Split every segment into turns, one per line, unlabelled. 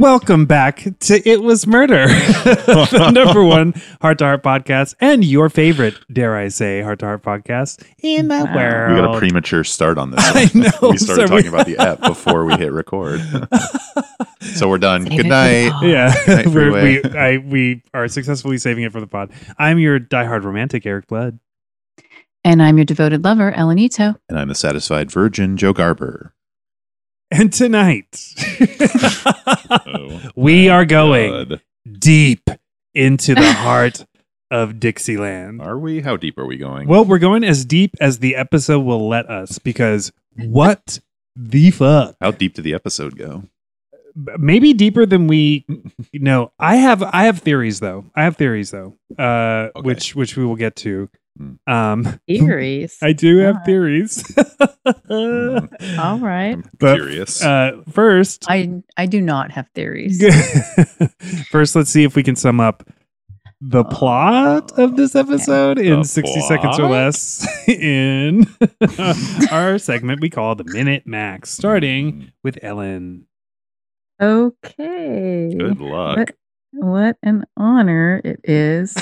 Welcome back to It Was Murder, the number one heart to heart podcast and your favorite, dare I say, heart to heart podcast in the
We
world.
got a premature start on this.
I
one.
know,
we
sorry.
started talking about the app before we hit record. so we're done.
Save it
Good
for
night.
the pod.
yeah,
Night
we're, we
freeway.
I, we are successfully saving it for the pod. I'm your diehard romantic, Eric Blood.
And I'm your devoted lover, Elenito.
And I'm the satisfied virgin, Joe Garber.
And tonight,
Oh,
we are going
God.
deep into the heart of Dixieland.
Are we? How deep are we going?
Well, we're going as deep as the episode will let us because what the fuck?
How deep did the episode go?
Maybe deeper than we know. I have I have theories though. I have theories though. Uh
Okay.
which which we will get to.
Hmm.
Um
Theories.
I do have
Alright.
theories.
Hmm.
All right.
I'm
But,
curious.
uh first
I I do not have theories.
First, let's see if we can sum up the plot of this episode in
Uh, The
60 seconds or
plot?
less in our segment we call the Minute Max,
Hmm.
starting with Ellen.
Okay.
Mm, Good luck.
What, what an honor it is.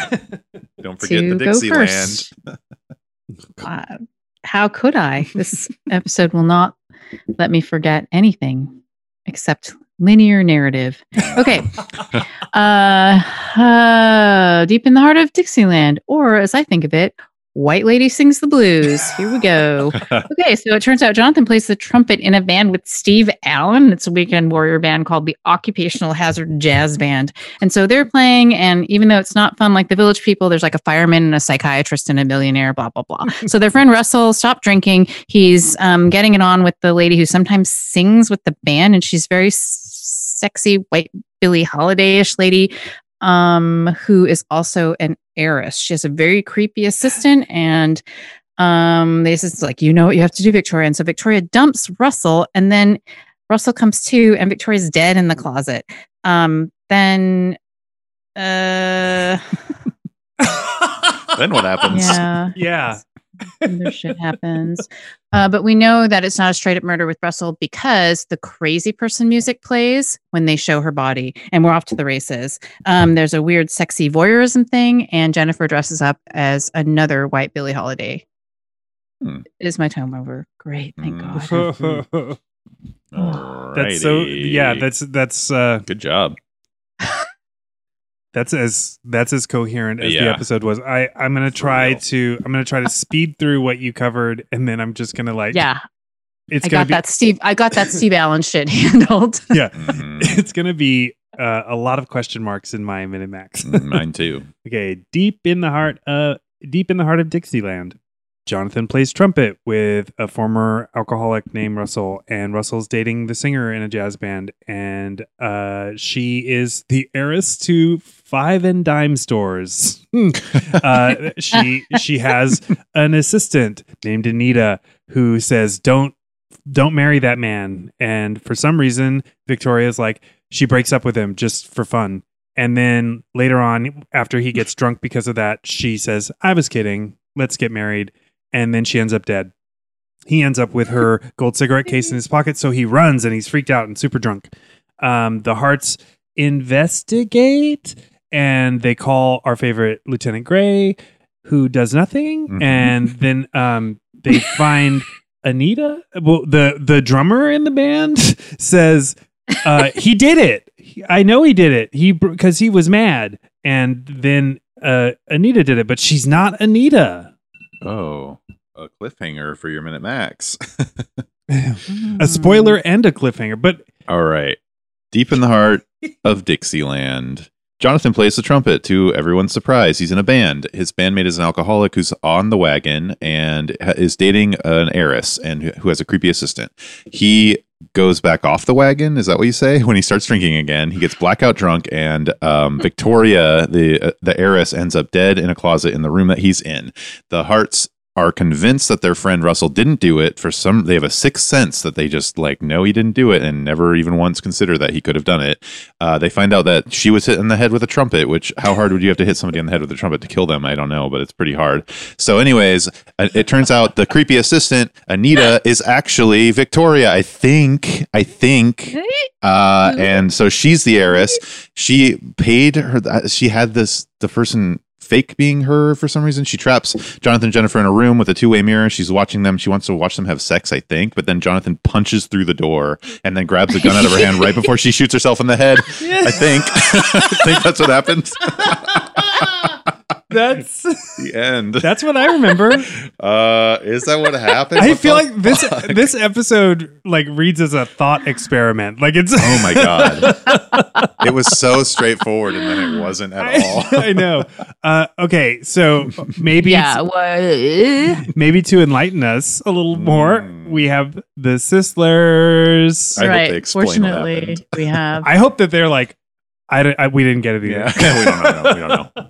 Don't forget the
to go
Dixieland.
first. uh, how could I? This episode will not let me forget anything except linear narrative. Okay. Uh, uh, deep in the heart of Dixieland, or as I think of it, White Lady Sings the Blues. Here we go. Okay, so it turns out Jonathan plays the trumpet in a band with Steve Allen. It's a weekend warrior band called the Occupational Hazard Jazz Band. And so they're playing, and even though it's not fun like the village people, there's like a fireman and a psychiatrist and a millionaire, blah, blah, blah. so their friend Russell stopped drinking. He's um, getting it on with the lady who sometimes sings with the band, and she's very s- sexy, white Billie Holiday ish lady. Um, who is also an heiress. She has a very creepy assistant and um this is like you know what you have to do victoria and so victoria dumps russell and then russell comes to and victoria's dead in the closet um then uh
Then what happens?
yeah
Yeah.
and their shit happens. Uh, but we know that it's not a straight up murder with Russell because the crazy person music plays when they show her body, and we're off to the races. Um, there's a weird, sexy voyeurism thing, and Jennifer dresses up as another white Billie Holiday.
Hmm.
Is my time over? Great, thank
Mm.
God.
Hmm. that's so yeah,
Alrighty.
that's that's uh
good job.
that's as that's as coherent as the
Yeah.
episode was. I I'm gonna
For
try
real.
to I'm gonna try to speed through what you covered and then I'm just gonna like
Yeah,
it's
I
gonna
got
be
that Steve. I got that Steve Allen shit handled.
yeah.
Mhm.
it's gonna be uh, a lot of question marks in my minute max.
Mm, Mine too.
okay, deep in the heart of deep in the heart of Dixieland, Jonathan plays trumpet with a former alcoholic named Russell, and Russell's dating the singer in a jazz band, and uh, she is the heiress to five and dime stores. uh, she she has an assistant named Anita who says, "Don't." Don't marry that man. And for some reason, Victoria's like, she breaks up with him just for fun. And then later on, after he gets drunk because of that, she says, I was kidding. Let's get married. And then she ends up dead. He ends up with her gold cigarette case in his pocket. So he runs and he's freaked out and super drunk. Um, the hearts investigate and they call our favorite Lieutenant Gray, who does nothing.
Mhm.
And then um, they find Anita. Well, the, the drummer in the band says, uh, he did it. He- I know he did it. He because he was mad, and then uh, Anita did it, but she's not Anita.
Oh, a cliffhanger for your minute max.
Hmm.
a spoiler and a cliffhanger, but
All right. Deep in the heart of Dixieland, Jonathan plays the trumpet to everyone's surprise. He's in a band. His bandmate is an alcoholic who's on the wagon and ha- is dating an heiress and who- who has a creepy assistant. He goes back off the wagon. Is that what you say? When he starts drinking again, he gets blackout drunk, and um, Victoria, the uh, the heiress, ends up dead in a closet in the room that he's in. The hearts are convinced that their friend Russell didn't do it for some they have a sixth sense that they just like no he didn't do it and never even once consider that he could have done it. Uh, they find out that she was hit in the head with a trumpet, which how hard would you have to hit somebody on the head with a trumpet to kill them? I don't know, but it's pretty hard. So anyways, uh, it turns out the creepy assistant Anita is actually Victoria, I think. I think uh,
Mm-hmm.
and so she's the heiress. She paid her. th- uh, She had this the person fake being her for some reason. She traps Jonathan and Jennifer in a room with a two way mirror. She's watching them. She wants to watch them have sex, I think. But then Jonathan punches through the door and then grabs a gun out of her hand right before she shoots herself in the head. I think. I think that's what happens.
That's
The end.
that's what I remember.
Uh, is that what happened?
I
What
feel
the
like this
fuck?
this episode like reads as a thought experiment. Like it's
Oh my god! it was so straightforward, and then it wasn't Oh, at all.
I, I know. Uh, okay, so maybe
yeah. wha-
maybe to enlighten us a little more,
Mm.
we have the Sislers.
I hope they
right.
explain what
Fortunately,
happened.
we have.
I hope that they're like, I, don't- I- we didn't get it either.
Yeah, we don't know. We don't know.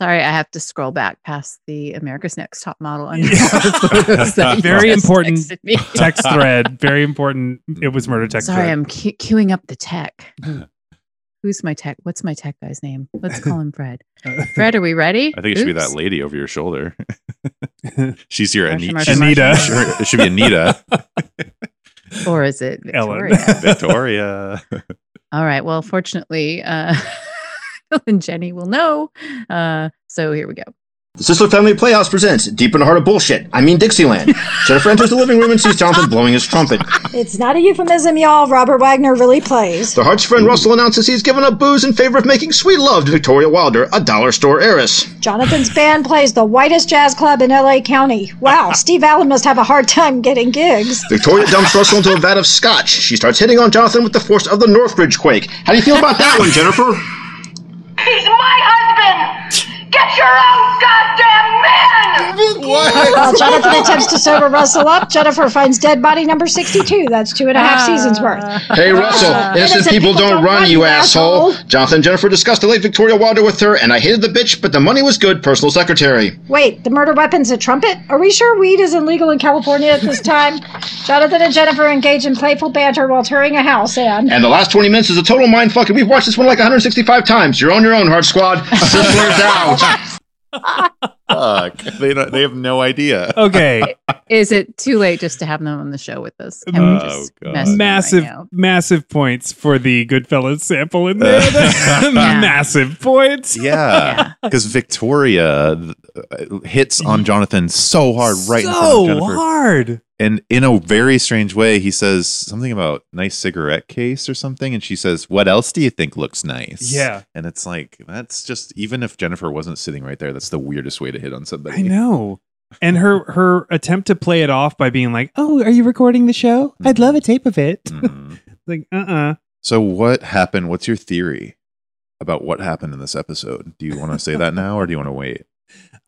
Sorry, I have to scroll back past the America's Next Top Model.
Yeah.
That
Very
you just
important.
texted me.
Text thread, very important. It was murder text
Sorry,
thread.
I'm que- queuing up the tech. Who's my tech? What's my tech guy's name? Let's call him Fred. Fred, are we ready?
I think it should be that
Oops.
lady over your shoulder. She's your Anita.
Marsha, Marsha,
she's-
Anita.
sure, it should be Anita.
Or is it
Ellen.
Victoria?
Victoria.
All right. Well, fortunately, uh, Phil and Jenny will know. Uh, so here we go.
The Sisler Family Playhouse presents Deep in the Heart of Bullshit. I mean Dixieland. Jennifer enters the living room and sees Jonathan blowing his trumpet.
It's not a euphemism, y'all. Robert Wagner really plays.
Their heart's friend Russell announces he's given up booze in favor of making sweet love to Victoria Wilder, a dollar store heiress.
Jonathan's band plays the whitest jazz club in LA County. Wow, Steve Allen must have a hard time getting gigs.
Victoria dumps Russell into a vat of scotch. She starts hitting on Jonathan with the force of the Northridge quake. How do you feel about that one, Jennifer?
He's my husband! Get your own goddamn man!
While Jonathan attempts to sober Russell up, Jennifer finds dead body number 62. That's two and a half seasons worth.
Hey, Russell, innocent people, don't, run, you asshole. Jonathan and Jennifer discussed the late Victoria Wilder with her, and I hated the bitch, but the money was good, personal secretary.
Wait, the murder weapon's a trumpet? Are we sure weed isn't legal in California at this time? Jonathan and Jennifer engage in playful banter while touring a house, and
And the last 20 minutes is a total mindfuck, and we've watched this one like 165 times. You're on your own, Heart Squad. Sizzler's out.
Fuck. They, don't, they have no idea.
Okay,
Is it too late just to have them on the show with us? Can
Oh,
we just
God.
mess with them right
massive,
now?
massive points for the Goodfellas sample in there. Massive points.
Yeah. Because Victoria th- hits on Jonathan so hard right in front
Mm. so
of Jennifer.
hard.
And in a very strange way, he says something about nice cigarette case or something. And she says, What else do you think looks nice?
Yeah.
And it's like, that's just, even if Jennifer wasn't sitting right there, that's the weirdest way to hit on somebody.
I know. And her her attempt to play it off by being like, "Oh, are you recording the show? I'd love a tape of it."
Mhm.
like, uh, uh
So what happened? What's your theory about what happened in this episode? Do you want to say that now or do you want to wait?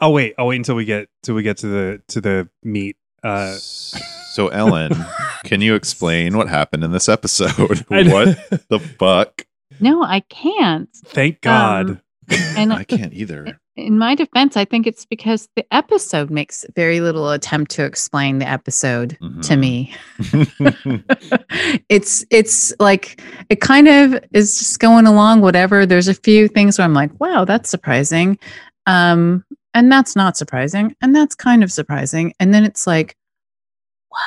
I'll wait. I'll wait until we get till we get to the to the meat. Uh,
so Ellen, can you explain what happened in this episode?
I-
what the fuck?
No, I can't.
Thank God.
And
I can't either.
in my defense, I think it's because the episode makes very little attempt to explain the episode to
Mhm.
me.
Mm-hmm.
it's it's like it kind of is just going along whatever. There's a few things where I'm like, wow, that's surprising. Um, and that's not surprising, and that's kind of surprising. And then it's like,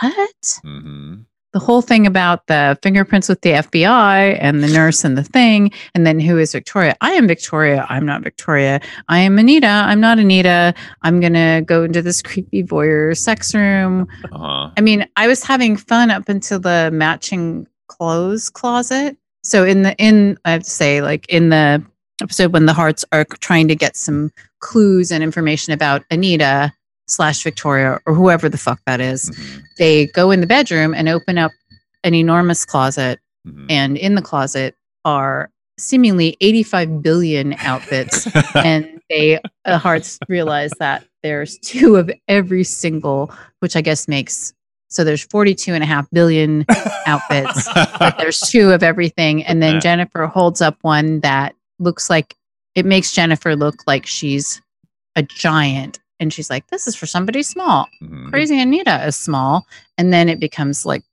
what?
Mhm.
The whole thing about the fingerprints with the FBI and the nurse and the thing, and then who is Victoria? I am Victoria. I'm not Victoria. I am Anita. I'm not Anita. I'm gonna go into this creepy voyeur sex room
Uh-huh.
I mean, I was having fun up until the matching clothes closet. So in the in I have to say, like in the episode when the hearts are trying to get some clues and information about Anita slash Victoria or whoever the fuck that is,
Mhm.
they go in the bedroom and open up an enormous closet,
Mhm.
and in the closet are seemingly 85 billion outfits and they the hearts realize that there's two of every single which i guess makes so there's 42 and a half billion outfits
Mm-hmm.
there's two of everything and then
Yeah.
jennifer holds up one that looks like it makes jennifer look like she's a giant and she's like, "This is for somebody small."
Mhm.
Crazy Anita is small, and then it becomes like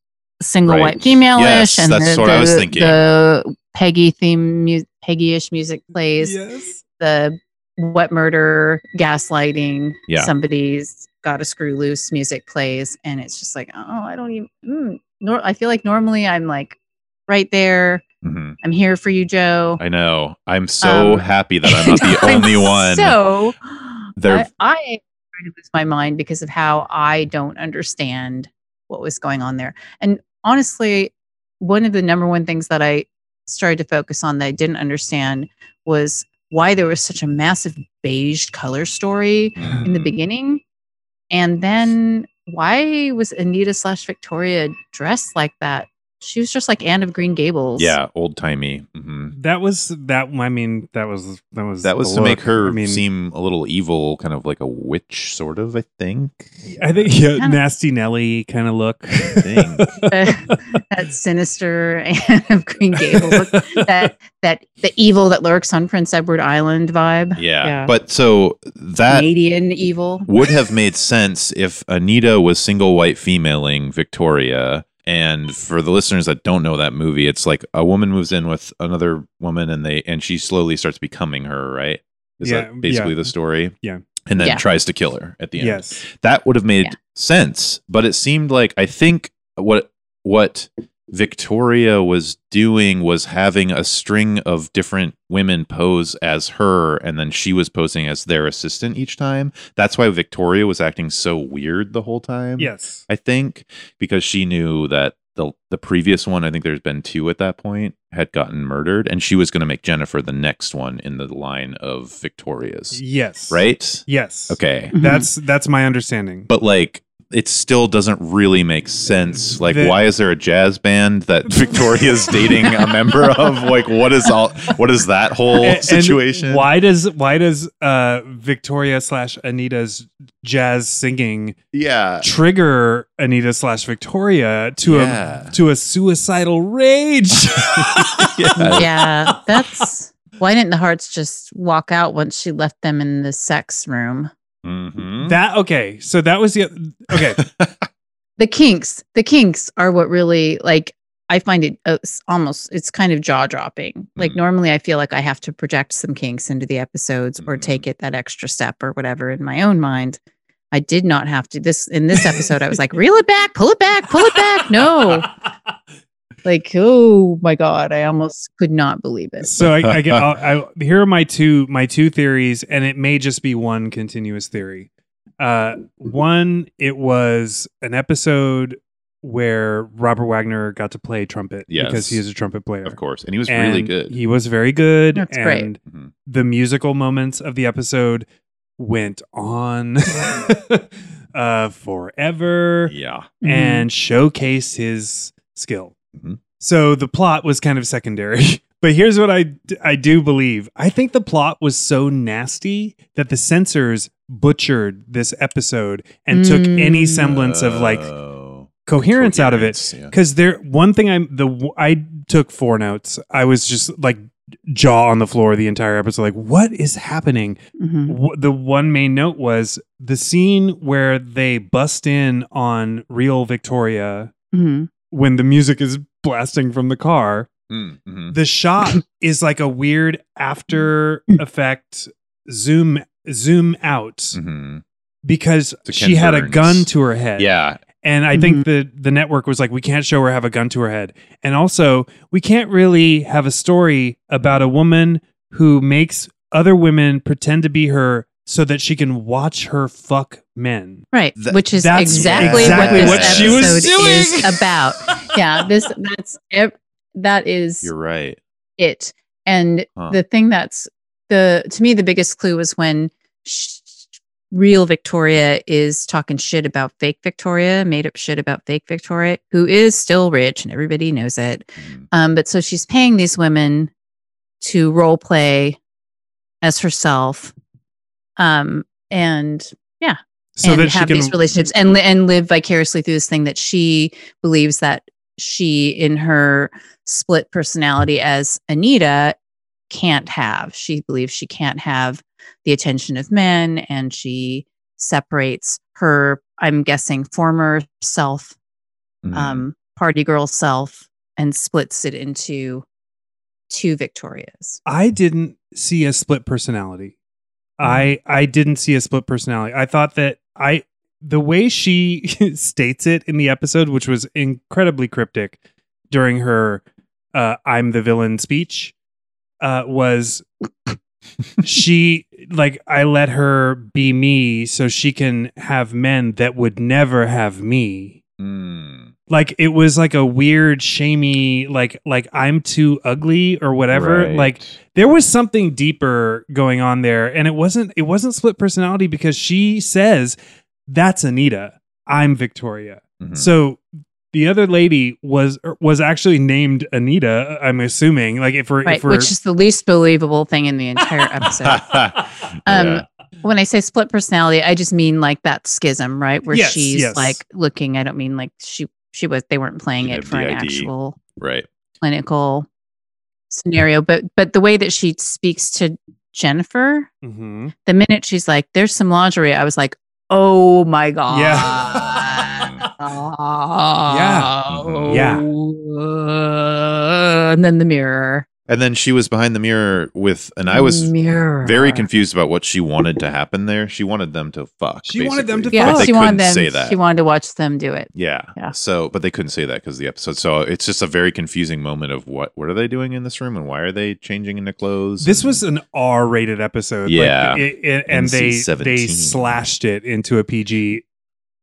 single
Right.
white female-ish,
Yes,
and
that's
the,
what I was
the-
thinking.
The Peggy theme, mu- Peggy-ish music plays.
Yes.
The wet murder, gaslighting.
Yeah.
somebody's got a screw loose. Music plays, and it's just like, oh, I don't even. Mm. Nor I feel like normally I'm like right there.
Mhm.
I'm here for you, Joe.
I know. I'm so
Um,
happy that I'm not the
I'm
only one.
So
They're-
I, I tried to lose my mind because of how I don't understand what was going on there. And honestly, one of the number one things that I started to focus on that I didn't understand was why there was such a massive beige color story in the
Mhm.
beginning, and then why was Anita slash Victoria dressed like that? She was just like Anne of Green Gables.
Yeah, old timey. hmm
That was that. I mean, that was that was
That was
the
to make
look.
her
I mean,
seem a little evil, kind of like a witch, sort of. I think.
I think yeah,
Kinda.
nasty Nelly kind of look.
Thing.
that sinister Anne of Green Gables, look, that that the evil that lurks on Prince Edward Island vibe,
Yeah.
Yeah.
But so that
Canadian evil.
would have made sense if Anita was single white femaling Victoria. And for the listeners that don't know that movie, it's like a woman moves in with another woman and they and she slowly starts becoming her, right? Is
Yeah,
that basically
yeah.
the story?
Yeah.
And then
Yeah.
tries to kill her at the end
Yes.
that would have made
Yeah.
sense but it seemed like i think what what victoria was doing was having a string of different women pose as her and then she was posing as their assistant each time that's why victoria was acting so weird the whole time
Yes.
i think because she knew that the the previous one i think there's been two at that point had gotten murdered and she was going to make jennifer the next one in the line of victoria's
Yes.
right
Yes.
okay
That's that's my understanding.
but like it still doesn't really make sense. Like,
The-
why is there a jazz band that Victoria's dating a member of? Like, what is all? What is that whole
A- and
situation?
why does why does uh Victoria slash Anita's jazz singing
Yeah,
trigger Anita slash Victoria to
Yeah.
a to a suicidal rage?
yeah.
yeah, that's why didn't the hearts just walk out once she left them in the sex room?
Mhm.
That okay. So that was the okay.
The kinks, the kinks are what really like. I find it uh, s- almost it's kind of jaw dropping. Like
Mhm.
normally, I feel like I have to project some kinks into the episodes or
Mhm.
take it that extra step or whatever in my own mind. I did not have to this in this episode. I was like, reel it back, pull it back, pull it back. No, like oh my god, I almost could not believe it.
So I, I get. I'll, I, here are my two my two theories, and it may just be one continuous theory. Uh, one, it was an episode where Robert Wagner got to play trumpet
Yes.
because he is a trumpet player.
of course, and he was
And
really good.
He was very good.
That's
and
great.
Mhm.
The musical moments of the episode went on uh, forever
yeah,
Mm-hmm,
and showcase his skill.
Mhm.
So the plot was kind of secondary. But here's what I, d- I do believe. I think the plot was so nasty that the censors butchered this episode and took any
Mm.
semblance of like
Oh.
coherence out of it.
Coherence, yeah.
Because there, one thing I'm the w- I took four notes. I was just like jaw on the floor the entire episode. Like, what is happening?
Mhm.
w- the one main note was the scene where they bust in on real Victoria
Mhm.
when the music is blasting from the car.
Mm, mhm.
The shot is like a weird after effect zoom zoom out
Mhm.
because
To Ken
she had a
Burns.
gun to her head.
Yeah,
And I think the the network was like, we can't show her have a gun to her head. And also, we can't really have a story about a woman who makes other women pretend to be her so that she can watch her fuck men.
Right,
Th-
which is
that's
exactly,
exactly
what
what
this
she was
episode
doing.
is about. yeah, this that's ev- that is
you're Uh. right.
it. And
Huh.
the thing that's the to me the biggest clue was when sh- real Victoria is talking shit about fake Victoria, made up shit about fake Victoria, who is still rich and everybody knows it.
Mhm.
Um, but so she's paying these women to role play as herself, um, and
So
and
that she
have
can
these relationships and li- and live vicariously through this thing that she believes that she in her split personality as Anita can't have. She believes she can't have the attention of men and she separates her, I'm guessing, former self,
Mm.
um, party girl self, and splits it into two Victorias.
I didn't see a split personality. I I didn't see a split personality. I thought that I the way she states it in the episode, which was incredibly cryptic during her uh, "I'm the villain" speech, uh, was she like I let her be me so she can have men that would never have me
Mm.
like it was like a weird shamey like like i'm too ugly or whatever
Right.
like there was something deeper going on there and it wasn't it wasn't split personality because she says that's anita i'm victoria
Mhm.
so the other lady was was actually named anita i'm assuming like if we're
Right,
if we're
which is the least believable thing in the entire episode. Um,
Yeah.
When I say split personality, I just mean like that schism, right? Where
Yes,
she's
yes.
like looking. I don't mean like she she was. They weren't playing
She
it
had
for an
VID.
actual
right.
clinical scenario, but but the way that she speaks to Jennifer,
Mm-hmm.
Mhm.
the minute she's like, "There's some lingerie," I was like, "Oh my god!"
Yeah.
yeah.
Yeah.
Oh. and then the mirror.
And then she was behind the mirror with, and I was
mirror.
very confused about what she wanted to happen there. She wanted them to fuck.
She wanted them
basically.
to
Yeah,
But
fuck.
they
she
couldn't
wanted them.
say that.
She wanted to watch them do it.
yeah.
Yeah.
So, but they couldn't say that because the episode. So it's just a very confusing moment of what what are they doing in this room and why are they changing into clothes?
this
and-
was an r-rated episode like,
Yeah.
it- it- and they they
NC-17.
slashed it into a pg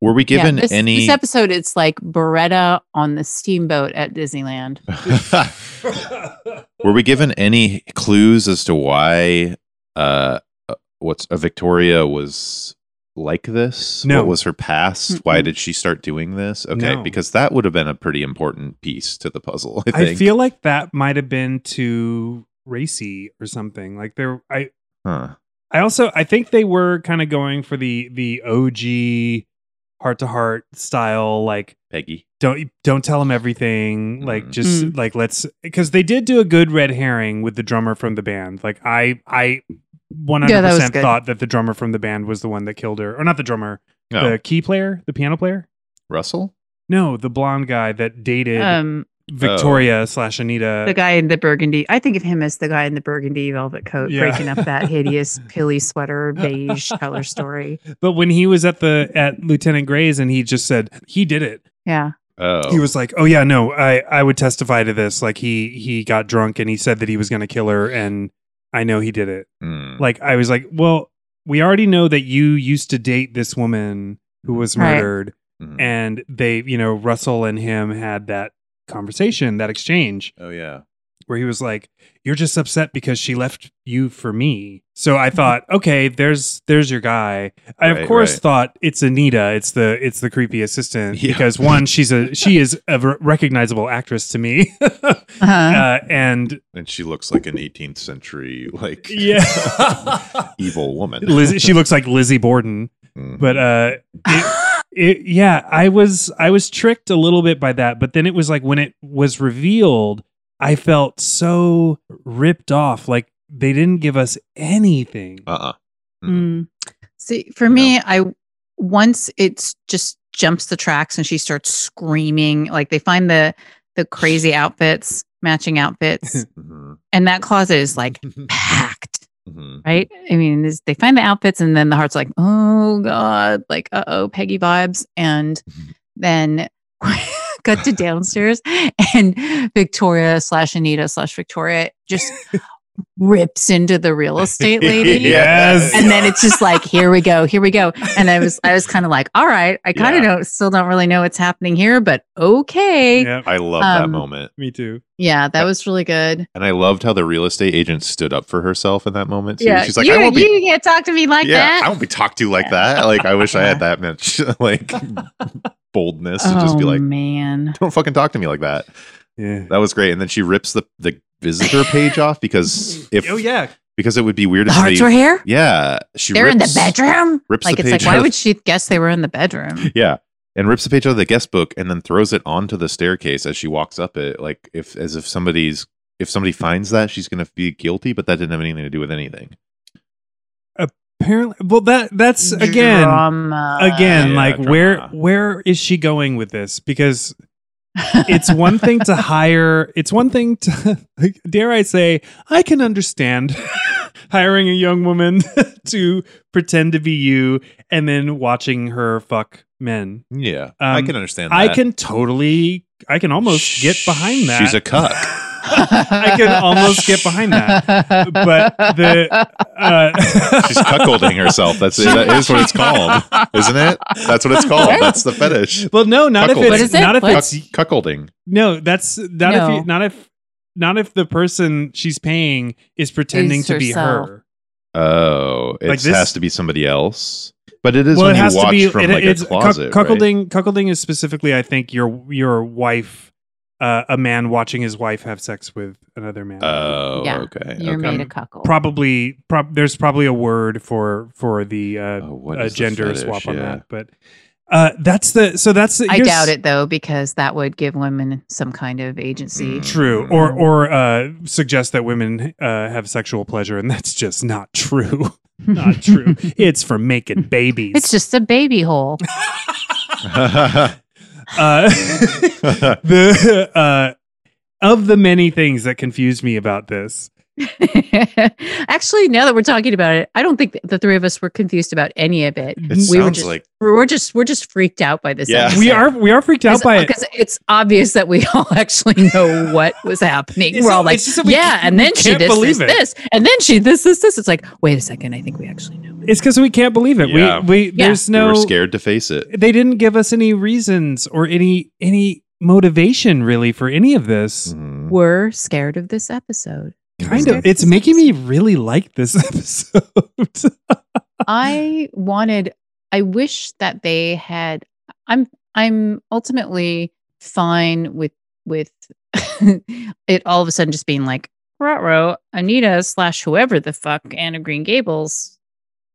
Were we
Yeah,
given
this,
any?
this episode, it's like Beretta on the steamboat at Disneyland.
Were we given any clues as to why uh uh, what's a Victoria was like this?
No.
What was her past? Why
Mm-mm.
did she start doing this? Okay,
No.
because that would have been a pretty important piece to the puzzle, I think.
I feel like that might have been too racy or something. Like there, I
Huh.
I also I think they were kind of going for the the OG heart to heart style. Like
Peggy.
don't don't tell him everything. Like
Mm-hmm.
Mm.
just like let's because they did do a good red herring with the drummer from the band. Like I I one hundred
that was
percent
good.
thought that the drummer from the band was the one that killed her, or not the drummer,
No.
the key player, the piano player.
Russell?
No, the blonde guy that dated
Um,
Victoria slash Anita.
the guy in the burgundy. I think of him as the guy in the burgundy velvet coat,
Yeah.
breaking up that hideous pilly sweater beige color story.
But when he was at the at Lieutenant Gray's and he just said he did it.
Yeah,
Oh.
He was like, "Oh yeah, no, I I would testify to this. Like he he got drunk and he said that he was going to kill her and I know he did it."
Mm.
Like I was like, "Well, we already know that you used to date this woman who was
Right.
murdered
Mm.
and they, you know, Russell and him had that conversation, that exchange
Oh yeah.
where he was like, "You're just upset because she left you for me." So I thought, okay, there's there's your guy. I of
Mm-hmm. Right,
course
right.
thought it's Anita. It's the it's the creepy assistant
Yeah.
because one, she's a she is a re- recognizable actress to me, uh,
uh-huh.
and
And she looks like an 18th century like
yeah,
evil woman.
Liz, she looks like Lizzie Borden.
Mm.
But uh, it, yeah, I was I was tricked a little bit by that, but then it was like when it was revealed, I felt so ripped off. Like they didn't give us anything.
uh-uh.
Mm. See, for
No.
me, I once it's just jumps the tracks and she starts screaming. Like they find the the crazy outfits, matching outfits,
Mhm.
and that closet is like packed.
Mhm.
right? I mean, this- they find the outfits, and then the heart's like, oh god, like uh oh, Peggy vibes, and then got to downstairs, and Victoria slash Anita slash Victoria just rips into the real estate lady.
Yes.
And then it's just like, here we go, here we go. And I was, I was kind of like, all right, I kind of
Yeah.
don't, still don't really know what's happening here, but okay. Yeah,
Yeah,
I love that
Um,
moment.
me too.
that was really good.
And I loved how the real estate agent stood up for herself in that moment. Too.
yeah,
She's like,
you,
I won't be
you can't talk to me like
yeah,
that.
I won't be talked to like that. Like I wish I had that much like boldness to just be
oh
like,
man.
don't fucking talk to me like that.
Yeah.
That was great. And then she rips the the visitor page off because if
oh yeah.
because it would be weird
The
if
hearts
they
were here.
yeah she
They're in the
rips-
bedroom.
rips
like
the
it's like,
page
why
out.
would she guess they were in the bedroom?
yeah and rips the page out of the guest book and then throws it onto the staircase as she walks up it like if as if somebody's if somebody finds that she's gonna be guilty but that didn't have anything to do with anything
Apparently, well that that's again
Drama.
again
Yeah,
like
drama.
where where is she going with this? Because it's one thing to hire. It's one thing to dare I say I can understand hiring a young woman to pretend to be you and then watching her fuck men.
Yeah,
Um,
I can understand. That.
I can totally. I can almost get behind that.
She's a cuck.
I can almost get behind that. But the uh,
She's cuckolding herself. That's that is what it's called, isn't it? That's what it's called. That's the fetish.
well, no, not if
Cuckolding.
it's
What
is it?
not if
What?
Cuck,
it's
cuckolding.
no. That's not if
No.
you, not if not if the person she's paying is pretending
Is
to be
herself.
her.
Oh, it
Like this-
has to be somebody else. But it is
well,
when
it has
you
to
watch
be.
from
it-
like
it's
a closet.
cuck-
right?
cuckolding. Cuckolding is specifically, I think, your your wife, uh, a man watching his wife have sex with another man.
Oh,
Yeah.
okay.
You're
okay.
made a cuckold.
probably, prob- there's probably a word for for the uh,
Oh, what
a
is the
gender
fetish?
swap on
Yeah.
that. But uh, that's the so that's the,
I
here's-
doubt it though, because that would give women some kind of agency.
Mm.
True, or or uh, suggest that women uh, have sexual pleasure, and that's just not true. not true. It's for making babies.
it's just a baby hole.
uh, the uh, of the many things that confuse me about this.
Actually, now that we're talking about it, I don't think the three of us were confused about any of it.
it sounds
We were just-
like
We're just we're just freaked out by this.
Yeah.
episode.
We are we are freaked out by it.
because it's obvious that we all actually know what was happening.
It's
We're
all-
all like,
it's just that we
yeah,
can't-
and
we
then she
can't
this,
believe
this,
it."
this, and then she this, this, this. It's like, wait a second, I think we actually know.
It's because we can't believe it.
Yeah.
We we there's
we
no
were scared to face it.
they didn't give us any reasons or any any motivation really for any of this.
Mhm.
We're scared of this episode.
Kind of, it's making me really like this episode.
I wanted. I wish that they had. I'm. I'm ultimately fine with with it all of a sudden just being like Rotro Anita slash whoever the fuck Anna Green Gables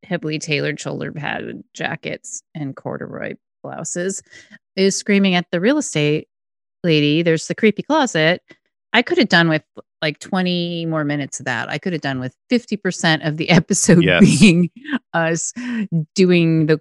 heavily tailored shoulder pad jackets and corduroy blouses is screaming at the real estate lady. There's the creepy closet. I could have done with like 20 more minutes of that. I could have done with 50% of the episode
Yes.
being us doing the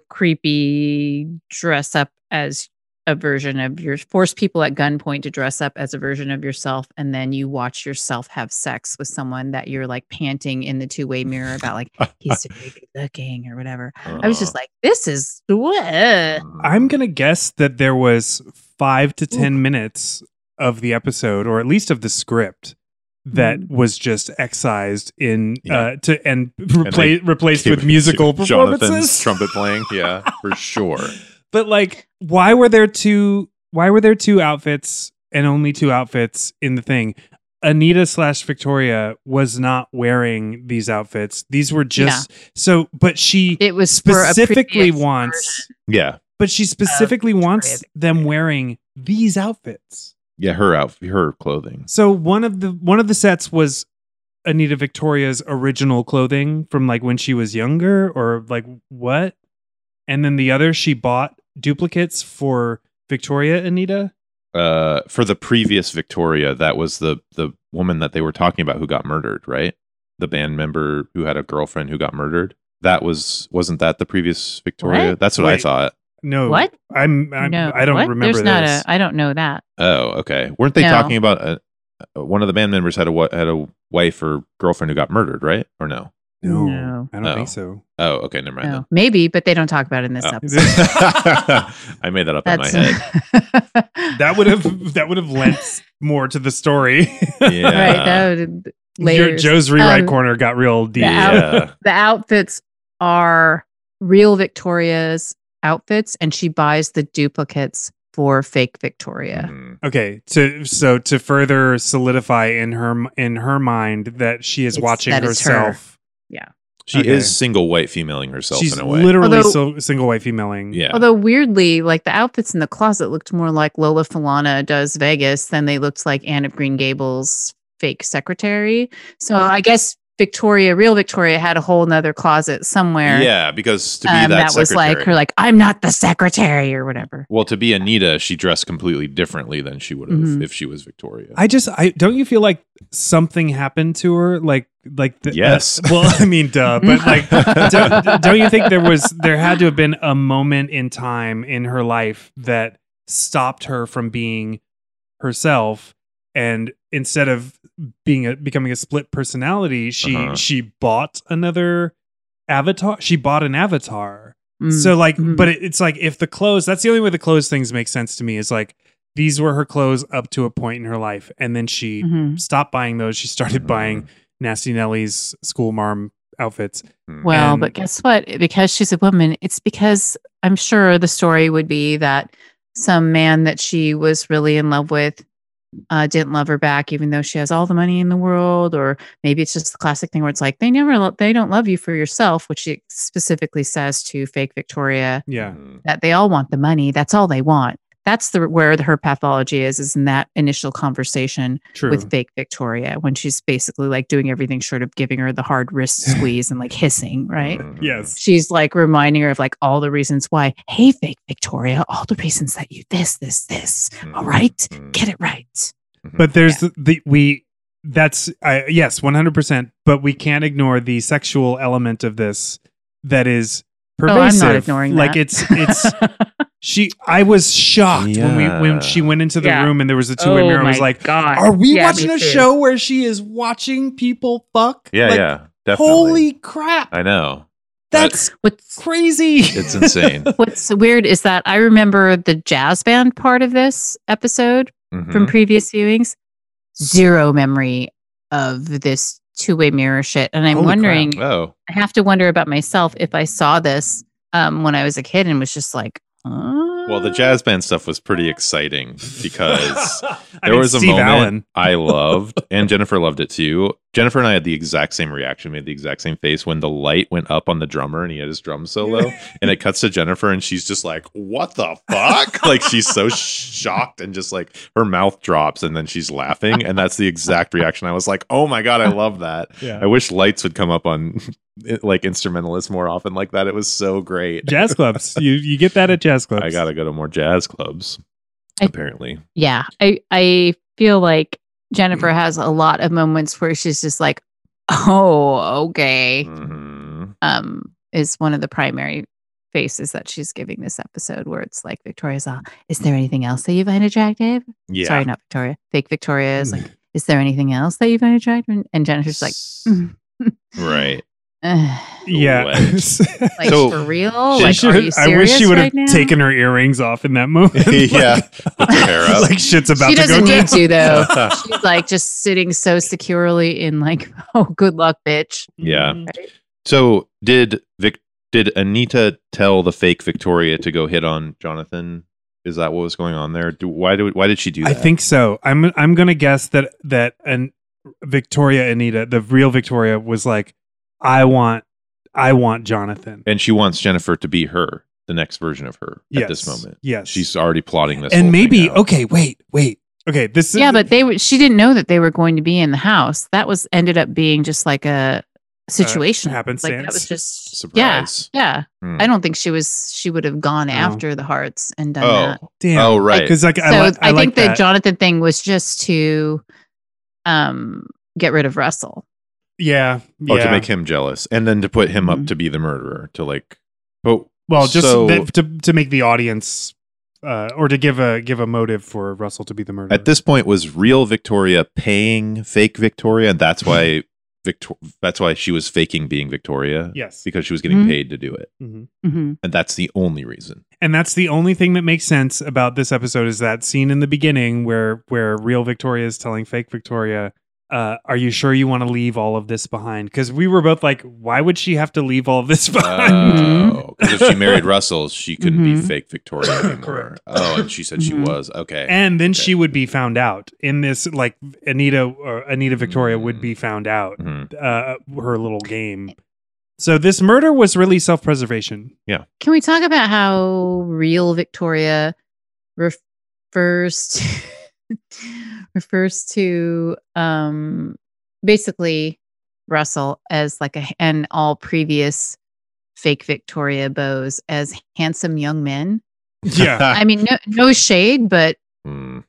creepy dress up as a version of your force people at gunpoint to dress up as a version of yourself and then you watch yourself have sex with someone that you're like panting in the two-way mirror about like he's so good looking or whatever i was just like this is
Uh,
bleh.
I'm gonna guess that there was five to ten minutes of the episode, or at least of the script, that
Mm-hmm.
was just excised in uh,
Yeah.
to and repla- replaced with musical performances.
Jonathan's trumpet playing. Yeah, for sure.
But like, why were there two? Why were there two outfits and only two outfits in the thing? Anita slash Victoria was not wearing these outfits. These were just so, but she
it was for a
specifically
previous
wants,
Yeah,
but she specifically
Victoria
wants them wearing these outfits.
yeah. Her out, her clothing.
So one of the one of the sets was Anita Victoria's original clothing from like when she was younger or like what? And then the other she bought duplicates for Victoria Anita.
Uh, for the previous Victoria, that was the the woman that they were talking about who got murdered, right? The band member who had a girlfriend who got murdered. That was wasn't that the previous Victoria?
What?
That's what I
Wait.
thought.
No.
What?
I'm,
version.
I'm
no
I don't
what?
remember
there's
this.
not a i don't know that
Oh, okay. Weren't they
No.
talking about uh uh, one of the band members had a wa- had a wife or girlfriend who got murdered, right? Or no?
no,
No.
I don't
Oh.
think so.
Oh, okay. Never mind.
no.
then.
maybe but they don't talk about it in this
Oh.
episode
I made that up
that's
in my head.
That would have that would have lent more to the story.
Yeah.
right that would
Your
layers.
Joe's rewrite
Um,
corner got real deep.
Yeah.
Yeah.
the outfits are real Victoria's outfits, and she buys the duplicates for fake Victoria.
Mhm.
Okay, to so to further solidify in her in her mind that she is
It's-
watching
that is her.
herself.
She
Okay.
is single white femaling herself
She's Oh,
in a way.
literally
Although-
so, single white femaling.
yeah.
Although weirdly, like the outfits in the closet looked more like Lola Falana does Vegas than they looked like Anne of Green Gables' fake secretary. So I guess Victoria, real Victoria, had a whole nother closet somewhere.
Yeah, because to be
um,
that,
that was like
secretary-
her, like I'm not the secretary or whatever.
Well, to be Anita, she dressed completely differently than she would have
Mhm.
if she was Victoria.
I just I don't you feel like something happened to her like like the,
Yes.
uh, well I mean duh but like don't, don't you think there was there had to have been a moment in time in her life that stopped her from being herself and instead of being a, becoming a split personality she
Uh-huh.
she bought another avatar she bought an avatar
Mm.
so like,
Mhm.
but it, it's like if the clothes, that's the only way the clothes things make sense to me is like these were her clothes up to a point in her life, and then she
Mhm.
stopped buying those. She started buying Nasty Nellie's school marm outfits.
Mm-hmm.
Well,
And-
but guess what? Because she's a woman, it's because I'm sure the story would be that some man that she was really in love with uh, didn't love her back, even though she has all the money in the world. Or maybe it's just the classic thing where it's like they never, lo- they don't love you for yourself, which she specifically says to fake Victoria
Yeah,
Mm-hmm.
that they all want the money. That's all they want. That's the where her pathology is, is in that initial conversation
true.
with fake Victoria when she's basically like doing everything short of giving her the hard wrist squeeze and like hissing, right?
Mm-hmm.
yes,
She's like reminding her of like all the reasons why, hey, fake Victoria, all the reasons that you this, this, this.
Mm-hmm.
All right, get it right.
but there's the, the we. That's I, yes, one hundred percent. But we can't ignore the sexual element of this that is
Oh, I'm not
pervasive.
ignoring
Like
that.
it's it's she. I was shocked when we when
Yeah.
she went into the
Yeah. Oh
room and there was a two way mirror. I was like,
God.
Are we watching a show where she is watching people fuck?
Yeah,
Like,
yeah, definitely.
Holy crap!
I know.
That's
What's
crazy.
It's insane.
What's weird is that I remember the jazz band part of this episode from
Mhm.
previous viewings. Zero memory of this two-way mirror shit, and I'm
Holy crap.
wondering
Oh,
I have to wonder about myself if I saw this um, when I was a kid and was just like,
well, the jazz band stuff was pretty exciting because
I
there
mean,
was a
Steve
moment
Allen.
I loved, and Jennifer loved it too. Jennifer and I had the exact same reaction. We had the exact same face when the light went up on the drummer and he had his drum solo, and it cuts to Jennifer, and she's just like, "What the fuck?" like she's so shocked and just like her mouth drops, and then she's laughing, and that's the exact reaction. I was like, "Oh my god, I love that." I
Yeah.
wish lights would come up on like instrumentalists more often like that. It was so great.
Jazz clubs. You you get that at jazz clubs.
I gotta go to more jazz clubs.
I-
apparently,
yeah, I, I feel like Jennifer
Mm.
has a lot of moments where she's just like, oh, okay,
Mm.
Mhm.
um, is one of the primary faces that she's giving this episode where it's like, Victoria's all, is there anything else that you find attractive?
yeah.
Sorry, not Victoria. Fake Victoria is
Mm.
like, is there anything else that you find attractive? And- And Jennifer's like, "Mm,
right.
ugh."
Yeah.
Wet.
like
So-
for real?
She
Like,
She
are
would-
you
I wish she
serious
would have
right now?"
taken her earrings off in that moment.
Yeah. Put her hair up.
like shit's about
she
to go
doesn't
down.
need to though. She's like just sitting so securely in like, oh, good luck, bitch.
Yeah.
Mm-hmm.
Mhm.
So did Vic did Anita tell the fake Victoria to go hit on Jonathan? Is that what was going on there? Do, why do why did she do that?
I think so. I'm I'm gonna guess that that and Victoria Anita, the real Victoria, was like, I want I want Jonathan.
and she wants Jennifer to be her, the next version of her at this moment.
Yes.
She's already plotting this. whole
and
thing
maybe
out.
okay, wait, wait. Okay, this uh,
Yeah,
is
but they were she didn't know that they were going to be in the house. That was ended up being just like
Uh,
a situation. like that
happenstance.
was just
surprise.
Yeah, yeah.
Hmm.
I don't think she was she would have gone
Oh.
after the hearts and done
Oh,
that.
damn.
oh right.
Because like,
So
I,
I,
like I,
think
like
the
that.
Jonathan thing was just to um get rid of Russell.
yeah, yeah.
Oh, to make him jealous, and then to put him up
Mhm.
to be the murderer. To like, oh,
well, just
so-
that, to to make the audience, uh, or to give a give a motive for Russell to be the murderer.
at this point was real Victoria paying fake Victoria, and that's why Victor. That's why she was faking being Victoria
yes,
because she was getting
Mhm.
paid to do it,
Mhm.
Mhm.
and that's the only reason.
and that's the only thing that makes sense about this episode is that scene in the beginning where where real Victoria is telling fake Victoria. Uh, are you sure you want to leave all of this behind? Because we were both like, why would she have to leave all of this behind?
Mm-hmm.
Oh, because if she married Russell, she couldn't be
Mhm.
fake Victoria anymore.
Correct.
oh, and she said she
Mhm.
was okay.
and then
Okay.
she would be found out in this like anita or anita victoria would be found out
Mhm.
uh her little game so this murder was really self-preservation
Can we talk about how real Victoria refers to refers to um basically Russell as like a and all previous fake Victoria bows as handsome young men.
Yeah.
I mean, no, no shade, but
Hmm.
for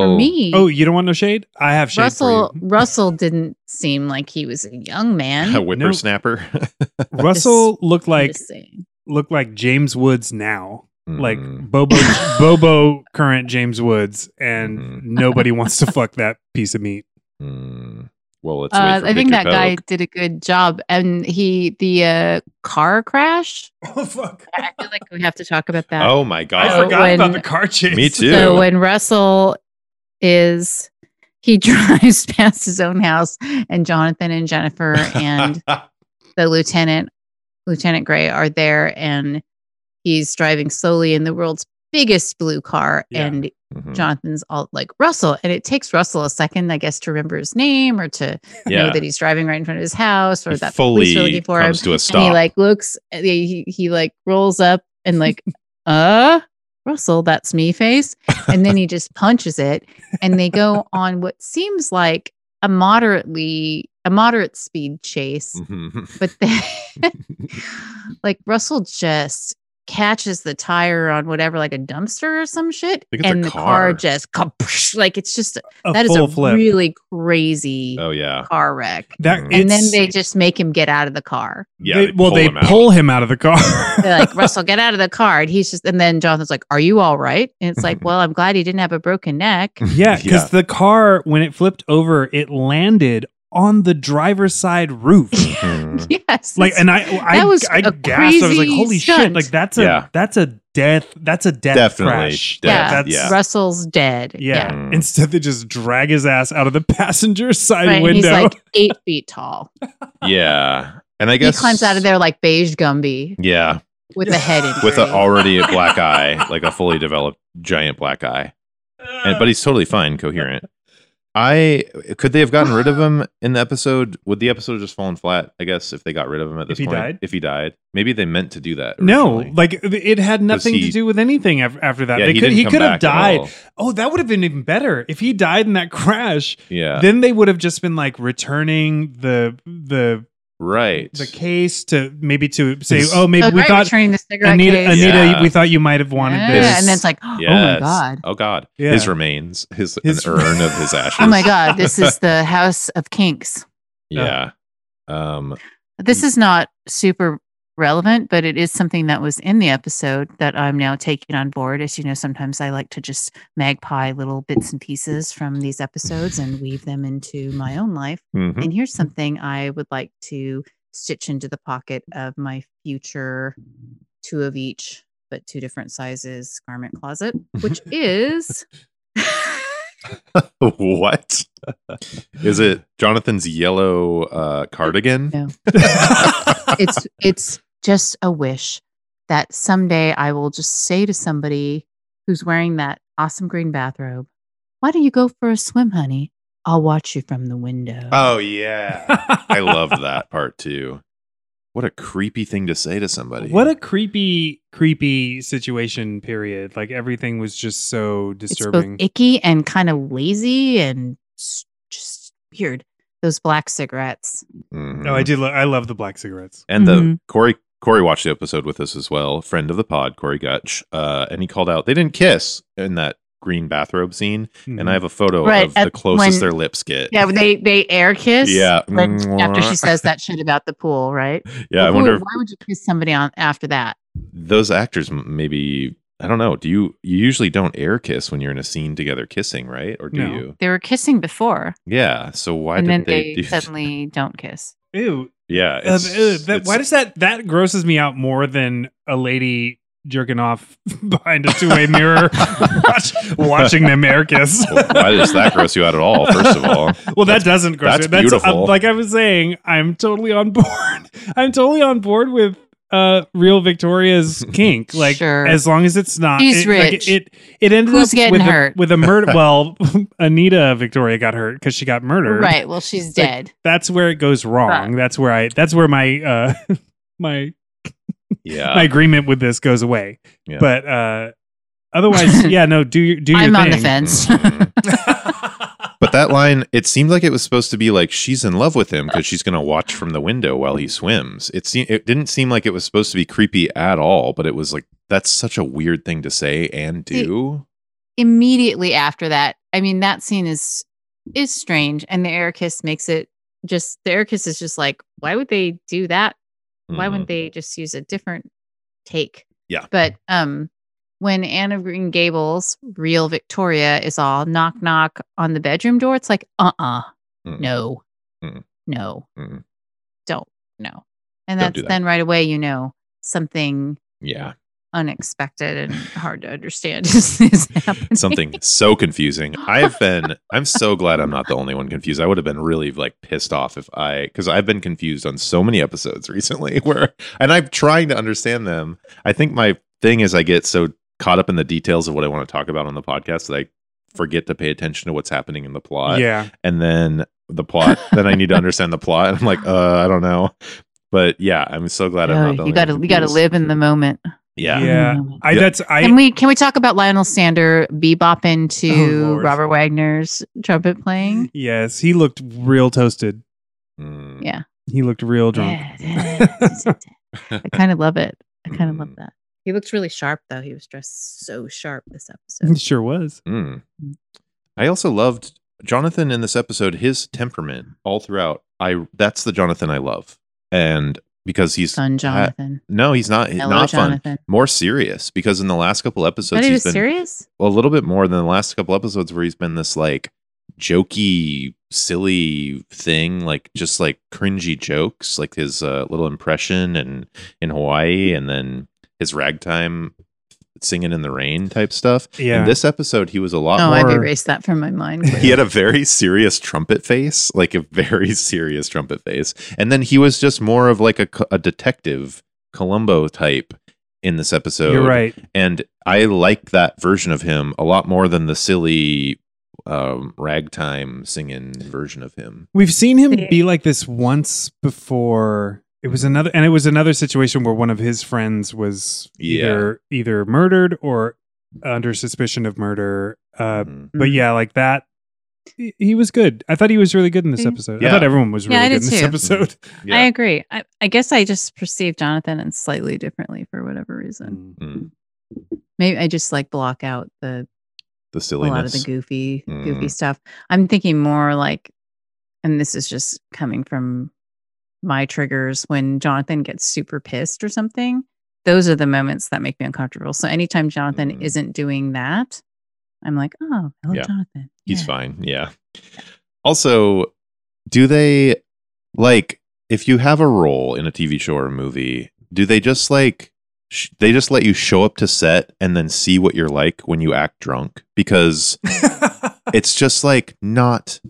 Well,
me,
oh, you don't want no shade? I have shade.
Russell
For you.
Russell didn't seem like he was a young
a
man.
whippersnapper.
Russell looked
I'm
like
just saying.
looked like James Woods now. Like
Mm.
Bobo Bobo current James Woods and
Mhm.
nobody wants to fuck that piece of meat.
Mm. Well, it's
Uh, I think that guy did a good job, and he the uh, car crash.
Oh fuck.
I feel like we have to talk about that.
Oh my god!
I forgot about
when-
the car chase.
Me too.
So when Russell is, he drives past his own house, and Jonathan and Jennifer and
Hmm.
the lieutenant, Lieutenant Gray, are there, and he's driving slowly in the world's biggest blue car,
Yeah.
and
Mhm.
Jonathan's all like Russell, and it takes Russell a second, I guess, to remember his name or to know
yeah,
that he's driving right in front of his house or
he
that the police are
fully
looking for him.
comes to a
And he
stop.
like looks, he, he, he like rolls up and like, uh, Russell, that's me face. And then he just punches it. And they go on what seems like a moderately, a moderate speed chase.
Mhm.
But then, like, Russell just catches the tire on whatever, like a dumpster or some shit.
think it's a
And the
car.
car just, kapoosh, like, it's just,
A
that is
full
a
flip.
really crazy
oh yeah,
car wreck.
that
And
And then
it's-
they just make him get out of the car.
Mm. yeah.
they- well, they
him out.
pull him out of the car.
They're like, Russell, get out of the car. And he's just, and then Jonathan's like, Are you all right? And it's
Mm-hmm.
like, Well, I'm glad he didn't have a broken neck.
Yeah, because the car, when it flipped over, it landed on the driver's side roof.
Mhm.
yes.
like, and I, I,
That was
I
a
gasped. I was like,
crazy
"Holy shit!"
stunt.
Like that's a,
Yeah.
that's a death. That's a death
Definitely
crash.
death,
Like,
yeah,
that's,
yeah. Mm.
Russell's dead.
Yeah.
Yeah.
Instead, they just drag his ass out of the passenger side
Right. And he's
window.
like eight feet tall.
yeah, and I
He
guess
climbs out of there like beige Gumby
Yeah,
with a head injury.
with a, already a black eye, like a fully developed giant black eye, and, but he's totally fine, coherent. I could they have gotten rid of him in the episode? Would the episode have just fallen flat? I guess if they got rid of him at
If
this
he
point,
died?
if he died, maybe they meant to do that.
no,
originally.
like it had nothing to
he-
do with anything af- after that.
yeah,
they
he,
could,
didn't
he
come
could have
back at
died.
all.
Oh, that would have been even better if he died in that crash.
Yeah,
then they would have just been like returning the the
right.
the case to maybe to say,
His-
oh, maybe
so
we
right,
thought
returning the cigarette
Anita,
case.
Anita,
Yeah.
we thought you might have wanted
Yeah,
this.
And then it's like, Oh my
Yes.
God.
Oh god.
Yeah.
His remains, his,
His-
an urn of his ashes.
Oh my God. This is the house of kinks.
Yeah. Um
This is not super relevant, but it is something that was in the episode that I'm now taking on board. As you know, sometimes I like to just magpie little bits and pieces from these episodes and weave them into my own life.
Mm-hmm.
mhm.
And here's something I would like to stitch into the pocket of my future two of each, but two different sizes garment closet, which is.
what? Is it Jonathan's yellow uh cardigan?
No. it's it's just a wish that someday I will just say to somebody who's wearing that awesome green bathrobe, "Why don't you go for a swim, honey? I'll watch you from the window."
Oh yeah. I love that part too. What a creepy thing to say to somebody.
What a creepy, creepy situation. Period. Like everything was just so
it's
disturbing.
both icky and kind of lazy and s- just weird. Those black cigarettes.
Mhm.
no, I do. Lo- I love the black cigarettes.
And the
Mhm.
Corey Corey watched the episode with us as well, friend of the pod, Corey Gutch. Uh and he called out they didn't kiss in that green bathrobe scene.
Mm-hmm.
And I have a photo
Right,
of the
at-
closest
when-
their lips get.
Yeah, they they air kiss.
Yeah.
when- after she says that shit about the pool, right?
Yeah, I
Who-
wonder if
why would you kiss somebody on after that?
those actors m- maybe I don't know. Do you you usually don't air kiss when you're in a scene together kissing, right? Or do
No.
you?
They were kissing before,
Yeah. So why
and
did
then
they,
they,
do
suddenly don't kiss.
ew.
Yeah.
Um,
it's-
ew, that, why does
it's-
that that grosses me out more than a lady jerking off behind a two way mirror watch, watching the Americas?
Well, why does that gross you out at all? First of all,
Well, that doesn't gross
that's
me. That's uh,
beautiful.
like I was saying, I'm totally on board. I'm totally on board with uh real Victoria's kink. Like
Sure.
as long as it's not
She's
it, like,
rich.
it it ended
Who's
up
getting
with
hurt?
A, with a murder. Well, Anita Victoria got hurt because she got murdered.
Right. Well, she's
Like,
dead.
That's where it goes wrong.
Right.
That's where I. That's where my uh my
yeah.
my agreement with this goes away.
Uh. Yeah.
But uh otherwise, yeah, no. Do your do your
I'm
thing.
on the fence.
Mhm. Mm-hmm. But that line, it seemed like it was supposed to be like she's in love with him because she's going to watch from the window while he swims. It se- it didn't seem like it was supposed to be creepy at all, but it was like that's such a weird thing to say and
See,
do.
immediately after that i mean that scene is is strange and the air kiss makes it just the air kiss is just like why would they do that why
Mhm.
wouldn't they just use a different take
Yeah.
but um when anne of green gables real victoria is all knock knock on the bedroom door it's like uh-uh
Mm.
no
Mm.
no
Mm.
don't no
Don't
and that's
do that.
then right away you know something
Yeah,
unexpected and hard to understand is, is happening
something so confusing. I've been. I'm so glad I'm not the only one confused. I would have been really like pissed off if I because I've been confused on so many episodes recently. Where and I'm trying to understand them. I think my thing is I get so caught up in the details of what I want to talk about on the podcast that I forget to pay attention to what's happening in the plot.
yeah.
and then the plot. then I need to understand the plot. And I'm like, uh, I don't know. But yeah, I'm so glad I'm
Oh,
not. the
you
only
gotta
one
you gotta
confused.
live in the moment.
Yeah.
Yeah. I
Yeah.
that's I
Can we can we talk about Lionel Sander bebopping
Oh,
to
Lord.
Robert Wagner's trumpet playing?
yes, he looked real toasted.
Mm.
Yeah.
He looked real drunk.
I kind of love it. I kind of love
Mm.
that. He looks really sharp though. He was dressed so sharp this episode.
sure was.
Mm. I also loved Jonathan in this episode. His temperament all throughout. I that's the Jonathan I love, and because he's
Son Jonathan.
no, he's not he's
Hello,
eh, not fun.
Jonathan.
More serious because in the last couple episodes
but he
he's
was
been
serious.
a little bit more than the last couple episodes where he's been this like jokey silly thing like just like cringy jokes like his uh, little impression and in hawaii and then his ragtime singing in the rain type stuff
Yeah.
in this episode he was a lot
Oh, I've
more
erased that from my mind.
he had a very serious trumpet face like a very serious trumpet face and then he was just more of like a, co- a detective columbo type in this episode
You're right.
and I like that version of him a lot more than the silly um, ragtime singing version of him.
We've seen him be like this once before. It was another, and it was another situation where one of his friends was
Yeah.
either either murdered or under suspicion of murder. Uh,
Mhm.
Mm-hmm.
But yeah, like that, he, he was good. I thought he was really good in this
Mhm.
episode. I
Yeah.
thought everyone was really
Yeah, I
good in
did
this
too.
episode.
I
Yeah.
agree. I, I guess I just perceive Jonathan and slightly differently for whatever reason.
Mm,
Maybe I just like block out the
the
a lot of
silliness.
the goofy goofy
Mm.
stuff i'm thinking more like and this is just coming from my triggers when jonathan gets super pissed or something those are the moments that make me uncomfortable so anytime jonathan
Mhm.
isn't doing that i'm like oh hello
Yeah.
jonathan
He's
Yeah.
fine. Yeah. Also, do they like if you have a role in a TV show or a movie, do they just like sh- they just let you show up to set and then see what you're like when you act drunk? Because it's just like not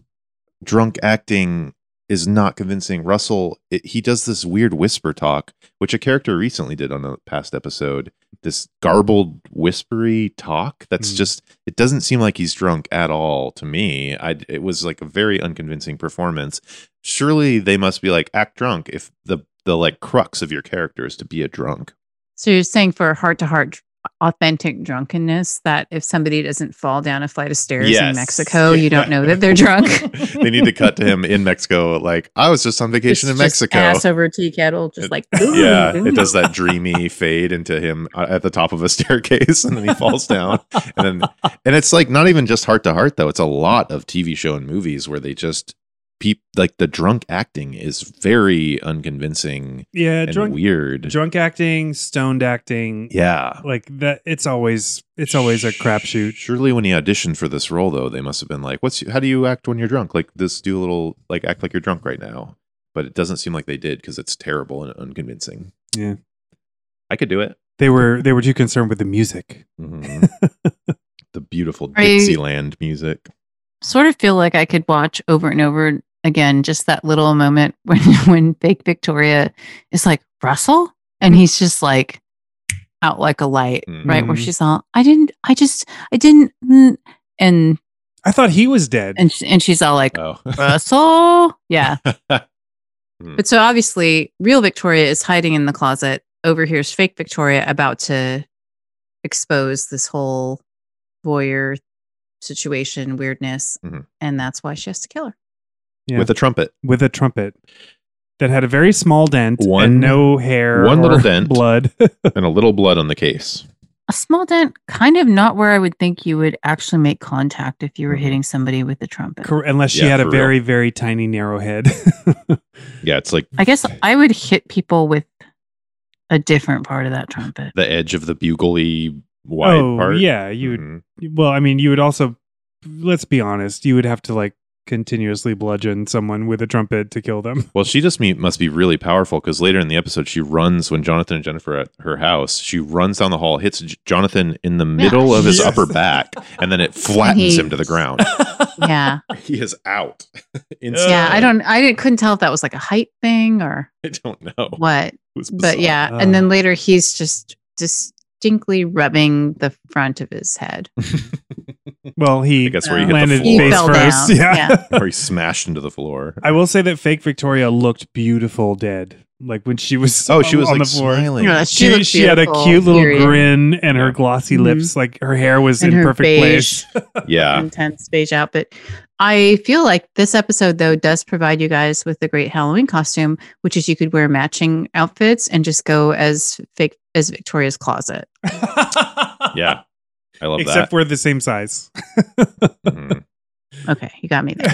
drunk acting is not convincing. Russell, it, he does this weird whisper talk, which a character recently did on a past episode. This garbled, whispery talk that's
Mm.
just, it doesn't seem like he's drunk at all to me. I, it was like a very unconvincing performance. Surely they must be like, act drunk if the, the like crux of your character is to be a drunk.
so you're saying for heart to heart authentic drunkenness that if somebody doesn't fall down a flight of stairs in
Yes.
mexico you don't know that they're drunk
they need to cut to him in Mexico. Like, I was just on
It's
vacation in
just
Mexico.
ass over tea kettle just
It-
like
yeah,
"Ooh,
it
ooh."
does that dreamy fade into him uh, at the top of a staircase, and then he falls down. And then, and it's like not even just heart to heart though; it's a lot of TV show and movies where they just peep like the drunk acting is very unconvincing
yeah,
and
drunk,
weird.
drunk acting, stoned acting,
yeah,
like that. It's always it's always a crapshoot.
Surely, when he auditioned for this role, though, they must have been like, "What's how do you act when you're drunk? Like this, do a little like act like you're drunk right now." But it doesn't seem like they did because it's terrible and unconvincing.
Yeah.
I could do it.
They were they were too concerned with the music.
Mhm. the beautiful
Are you-
Dixieland music.
sort of feel like I could watch over and over again just that little moment when when fake Victoria is like Russell and he's just like out like a light right where
Mhm.
she's all I didn't I just I didn't mm," and
I thought he was dead.
and sh- and she's all like
Oh.
Russell yeah but so obviously real Victoria is hiding in the closet over here's fake Victoria about to expose this whole voyeur situation weirdness,
Mhm.
and that's why she has to kill her.
Yeah.
with a trumpet.
with a trumpet that had a very small dent
One-
and no hair,
one little
or
dent.
blood.
and a little blood on the case.
A small dent, kind of not where I would think you would actually make contact if you were hitting somebody with a trumpet.
Cor- Unless she
Yeah,
had a
for real.
very, very tiny, narrow head.
Yeah, it's like
I guess I would hit people with a different part of that trumpet.
the edge of the bugly wide
oh,
part.
yeah. You would,
Mhm.
well, I mean, you would also, let's be honest, you would have to like continuously bludgeon someone with a trumpet to kill them.
Well, she just me- must be really powerful because later in the episode, she runs when Jonathan and Jennifer are at her house. She runs down the hall, hits J- Jonathan in the middle of his
Yes.
upper back, and then it flattens him to the ground.
Yeah,
he is out. Instantly.
yeah. I don't. I didn't. Couldn't tell if that was like a height thing or
I don't know.
what.
It was bizarre.
But yeah,
Ah.
and then later he's just distinctly rubbing the front of his head.
Well,
I
he
guess where you hit the
landed
floor,
He
face
fell
first.
down,
Yeah.
where he smashed into the floor.
I will say that fake Victoria looked beautiful dead. Like when she was
Oh, she was
on
like
the floor.
smiling.
Yeah,
She,
looked
she had a
beautiful,
cute little
period.
grin and her glossy
Mhm.
lips. Like her hair was
And
in
her
perfect
beige.
place.
Yeah.
intense beige outfit. I feel like this episode though does provide you guys with a great Halloween costume, which is you could wear matching outfits and just go as fake as Victoria's closet.
Yeah. I love
Except we're the same size.
that. Mhm.
Okay, you got me there.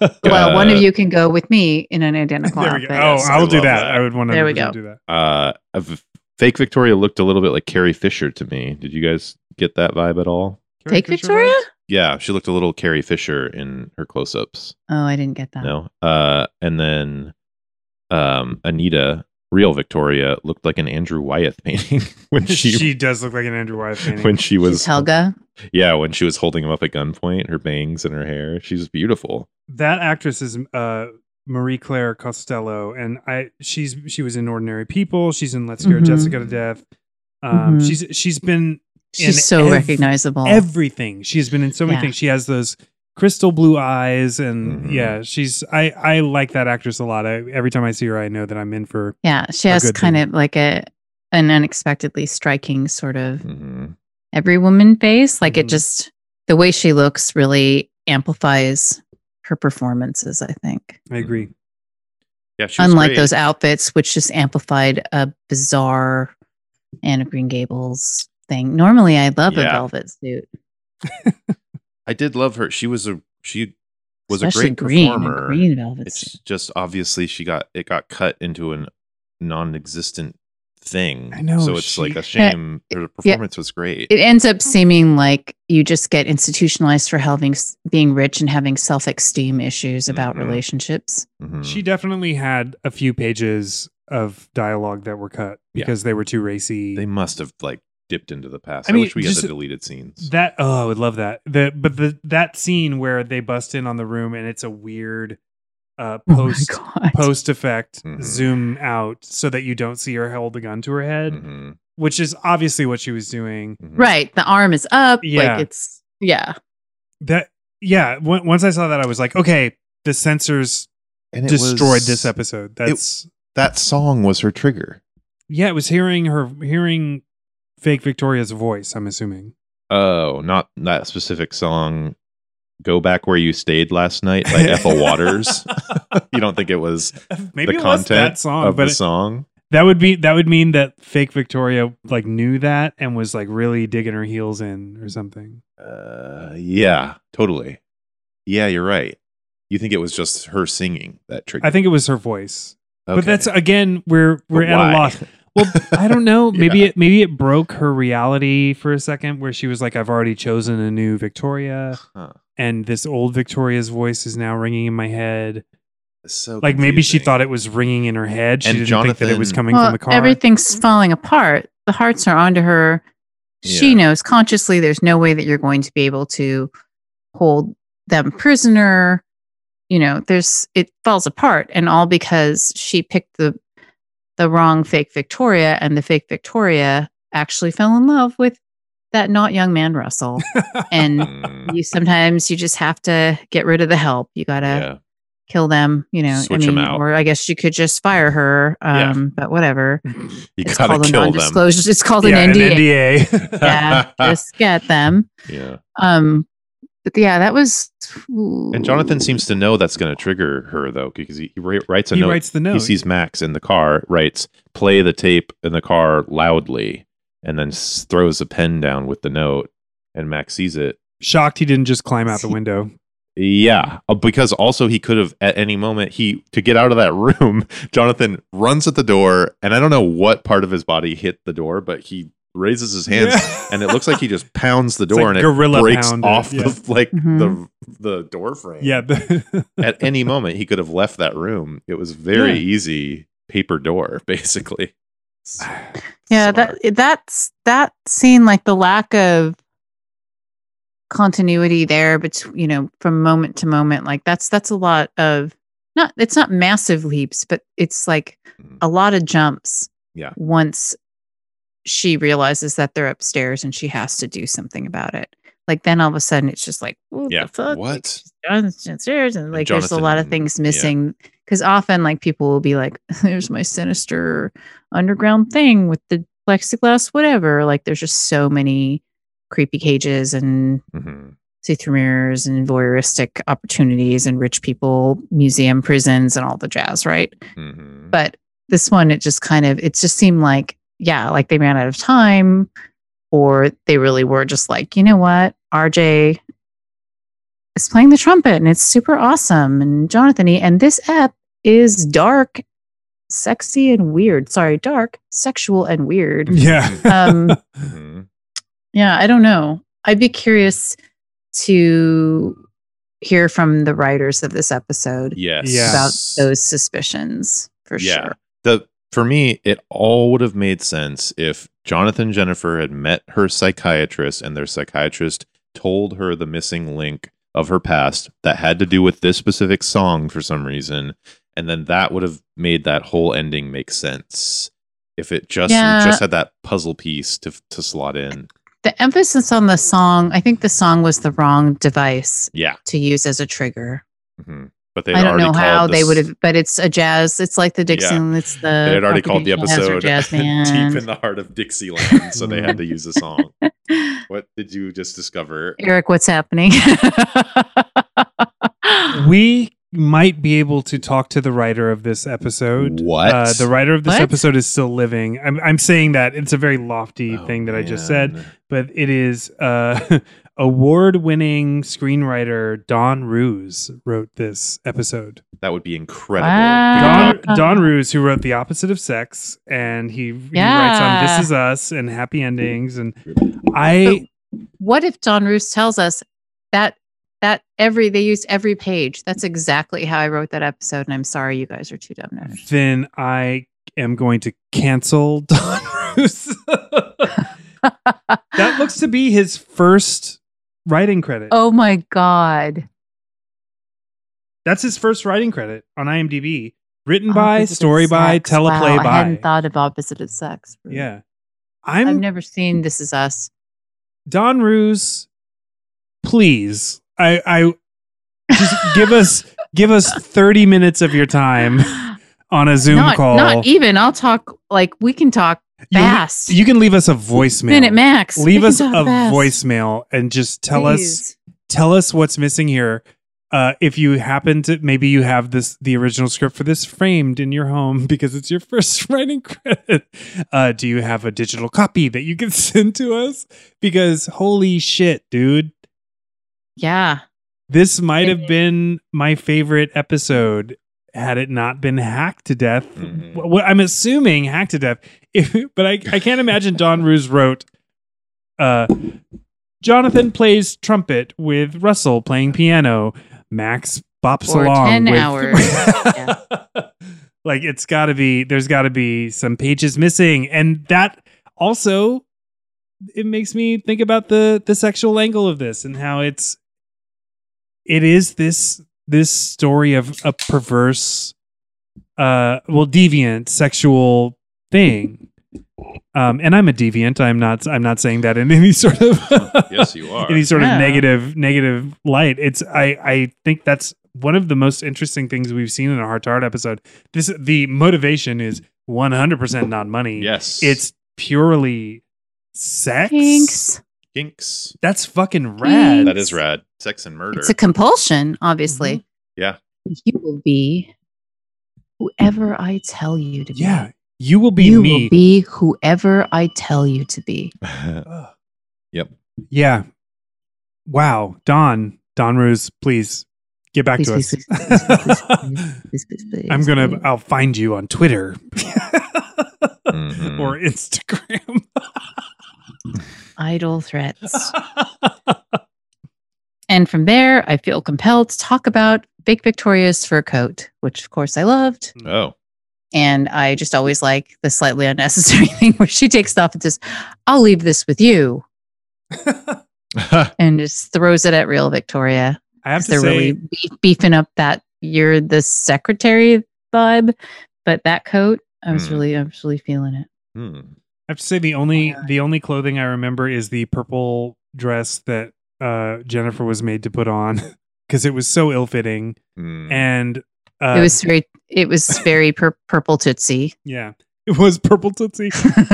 there
well, one of
Uh,
you can go with me in an identical
we
outfit.
go. Oh,
I
I'll do
love
that.
that.
I would want to
There we go.
do that.
uh v- fake victoria looked a little bit like carrie fisher to me did you guys get that vibe at all
Take Victoria?
yeah she looked a little carrie fisher in her close-ups
Oh, I didn't get that.
no uh and then um anita real victoria looked like an andrew wyeth painting when
She,
she,
does look like an Andrew Wyeth painting.
when she
She's
was
Helga.
yeah when she was holding him up at gunpoint her bangs and her hair she's beautiful
that actress is uh, Marie Claire Costello, and I she's she was in Ordinary People. She's in Let's Scare
Mhm.
Jessica to Death. Um,
Mhm.
She's she's been in
She's so
ev-
recognizable.
everything. She's been in so many
Oh. Yeah.
things. She has those crystal blue eyes, and
Mhm.
yeah, she's I I like that actress a lot. I, every time I see her, I know that I'm in for
yeah, she
a
has
good
kind
thing.
of like a an unexpectedly striking sort of
hmm
every woman face. Like it
Mm-hmm.
Mhm.
just the way she looks really amplifies her performances, I think.
I agree.
Mm-hmm. yeah she was
Unlike
great.
those outfits, which just amplified a bizarre Anne of Green Gables thing. Normally I love
Yeah.
a velvet suit.
i did love her she was a she was
especially
a great
green, a
performer
green velvet
it's
suit.
just obviously she got it got cut into a non-existent thing
I know,
so it's
she-
like a shame her performance was great
It ends up seeming like you just get institutionalized for having s- being rich and having self-esteem issues about
Mhm.
relationships.
Mhm.
She definitely had a few pages of dialogue that were cut
Yeah.
because they were too racy.
they must have like dipped into the past
I
i,
mean,
wish we had
just-
the deleted scenes
That oh, I would love that. The but the that scene where they bust in on the room and it's a weird uh post
oh my god.
post effect
Mhm.
zoom out so that you don't see her hold the gun to her head,
Mhm,
which is obviously what she was doing.
mhm.
right, the arm is up
Yeah.
like it's yeah.
That yeah, w- once I saw that I was like, okay, the censors
and it
destroyed
was-
this episode. That's
that song was her trigger
yeah, it was hearing her hearing fake Victoria's voice, I'm assuming.
oh not that specific song go back where you stayed last night by ethel waters you don't think it was
Maybe
the
it was
content
that song,
of
but
the
it-
song
That would be that would mean that fake Victoria like knew that and was like really digging her heels in or something.
Uh, yeah, totally. Yeah, you're right. You think it was just her singing that triggered?
I think it was her voice. But
Okay.
that's again we're we're
But
at
why?
a loss. Well, I don't know.
Yeah.
Maybe it maybe it broke her reality for a second where she was like I've already chosen a new Victoria
Huh.
and this old Victoria's voice is now ringing in my head.
It's so
Like maybe she
confusing.
thought it was ringing in her head. She
And
didn't think that it was
Jonathan-
coming from
Well,
the car.
everything's falling apart. The hearts are onto her. She
Yeah.
knows consciously there's no way that you're going to be able to hold them prisoner. You know, there's it falls apart and all because she picked the the wrong fake Victoria and the fake Victoria actually fell in love with that not young man Russell. and
Mm,
you sometimes you just have to get rid of the help. You got to
yeah.
kill them, you know,
Switch
I
'em
mean,
out.
or I guess you could just fire her.
Yeah.
Um, but whatever.
You
it's
gotta
called a
kill them.
non-disclosure. It's called
yeah,
an NDA.
An NDA.
yeah, just get them.
Yeah.
Um, But yeah, that was.
And Jonathan seems to know that's going to trigger her though, because he, he wri- writes a
he
note.
writes the note.
He sees Max in the car, writes "play the tape" in the car loudly, and then s- throws a pen down with the note. And Max sees it.
Shocked he didn't just climb out the window.
Yeah, uh, because also he could have at any moment he to get out of that room. Jonathan runs at the door, and I don't know what part of his body hit the door, but he raises his hands,
Yeah.
and it looks like he just pounds the
It's
door,
like
and
gorilla
it breaks
pound it,
off
yeah.
the like
Mhm.
the the door frame.
Yeah. the-
at any moment he could have left that room. It was very
Yeah.
easy paper door, basically.
Yeah,
Smart.
that that's that scene, like the lack of continuity there, but you know, from moment to moment, like that's that's a lot of not. It's not massive leaps, but it's like
Mhm.
a lot of jumps.
Yeah.
Once she realizes that they're upstairs and she has to do something about it, like then all of a sudden it's just like, what
Yeah,
the fuck?
what?
Like, she's downstairs and
And
like there's a lot of
Jonathan-
things
yeah.
missing because often like people will be like, there's my sinister underground thing with the plexiglass, whatever. Like there's just so many creepy cages and
Mhm.
see-through mirrors and voyeuristic opportunities and rich people, museum prisons and all the jazz, right?
Mhm.
But this one, it just kind of it just seemed like, yeah, like they ran out of time or they really were just like, you know what, RJ is playing the trumpet and it's super awesome. And Jonathan E. And this app is dark, sexy and weird. Sorry, dark, sexual and weird.
yeah.
Um,
Mhm.
Yeah, I don't know. I'd be curious to hear from the writers of this episode
Yes.
Yeah.
about those suspicions for
Yeah.
sure.
The for me, it all would have made sense if Jonathan Jennifer had met her psychiatrist and their psychiatrist told her the missing link of her past that had to do with this specific song for some reason, and then that would have made that whole ending make sense. If it just
Yeah.
just had that puzzle piece to to slot in.
The emphasis on the song, I think the song was the wrong device
Yeah.
to use as a trigger.
hmm But they
I don't know how they would
have.
have, uh, but it's a jazz. It's like the Dixon. It's the
they had already
Rock
called the
Jazz or
episode
Jazz
"Deep in
Band.
the Heart of Dixieland," so they had to use a song. What did you just discover?
Eric, what's happening?
we might be able to talk to the writer of this episode.
What?
Uh, the writer of this
What?
episode is still living. I'm, I'm saying that it's a very lofty
Oh,
thing that I just
man.
said, but it is uh, award winning screenwriter Don Ruse wrote this episode.
That would be incredible.
Wow.
Don,
Ah.
Don Ruse, who wrote The Opposite of Sex, and he, he writes on
Yeah.
This Is Us and Happy Endings. And I,
what if Don Roos tells us that that every they used every page? That's exactly how I wrote that episode, and I'm sorry you guys are too dumb nerds.
then I am going to cancel Don Ruse. that looks to be his first writing credit.
Oh my god!
That's his first writing credit on IMDb. Written
Oh,
by,
opposite of
story by,
sex.
teleplay
Wow, I
by.
hadn't thought of opposite of sex.
yeah.
I've
I'm
never seen This Is Us.
Don Ruse. Please. I I just give us give us 30 minutes of your time on a Zoom
not,
call.
Not even. I'll talk like we can talk
You-
fast.
you, can leave us a voicemail.
minute max. We
Leave
can
us a
talk fast.
voicemail and just tell us
Please.
tell us what's missing here. Uh, if you happen to, maybe you have this the original script for this framed in your home because it's your first writing credit. Uh, do you have a digital copy that you can send to us? Because holy shit, dude,
Yeah.
this might have been my favorite episode had it not been hacked to death.
Mhm.
Wh- what I'm assuming hacked to death, if, but I, I can't imagine Don Ruse wrote. Uh, Jonathan plays trumpet with Russell playing piano. Max bops
For
along
10
with-
hours. uh, Yeah.
Like it's got to be. There's got to be some pages missing, and that also it makes me think about the the sexual angle of this and how it's it is this this story of a perverse uh well deviant sexual thing um and i'm a deviant i'm not i'm not saying that in any sort of
yes, you are.
any sort
Yeah.
of negative negative light it's i i think that's one of the most interesting things we've seen in a heart to heart episode this the motivation is 100% not money
yes,
it's purely sex
Thanks.
Ginks.
That's fucking rad.
That is rad. Sex and murder.
It's a compulsion, obviously.
Mm-hmm.
Yeah.
You will be whoever I tell you to be.
Yeah. You will be
you
me.
will be whoever I tell you to be.
Ugh.
Yep.
Yeah. Wow. Don, Don Ruse, please get back
Please,
to
please,
us.
please, please, please, Please, please, please,
I'm going to,
please.
I'll find you on Twitter
Mhm.
or Instagram.
idle threats. and from there, I feel compelled to talk about Big Victoria's fur coat, which of course I loved.
oh.
And I just always like the slightly unnecessary thing where she takes it off and says, I'll leave this with you,
I
and just throws it at real Victoria.
I have
'Cause
to
They're
say,
really beef- beefing up that you're the secretary vibe, but that coat, I was
Hmm.
really, I was really feeling it.
hmm.
I have to say the only
Oh, Yeah.
the only clothing I remember is the purple dress that uh, Jennifer was made to put on because it was so ill fitting
Hmm.
and uh,
it was very, it was very pur- purple tootsie.
yeah it was purple tootsie.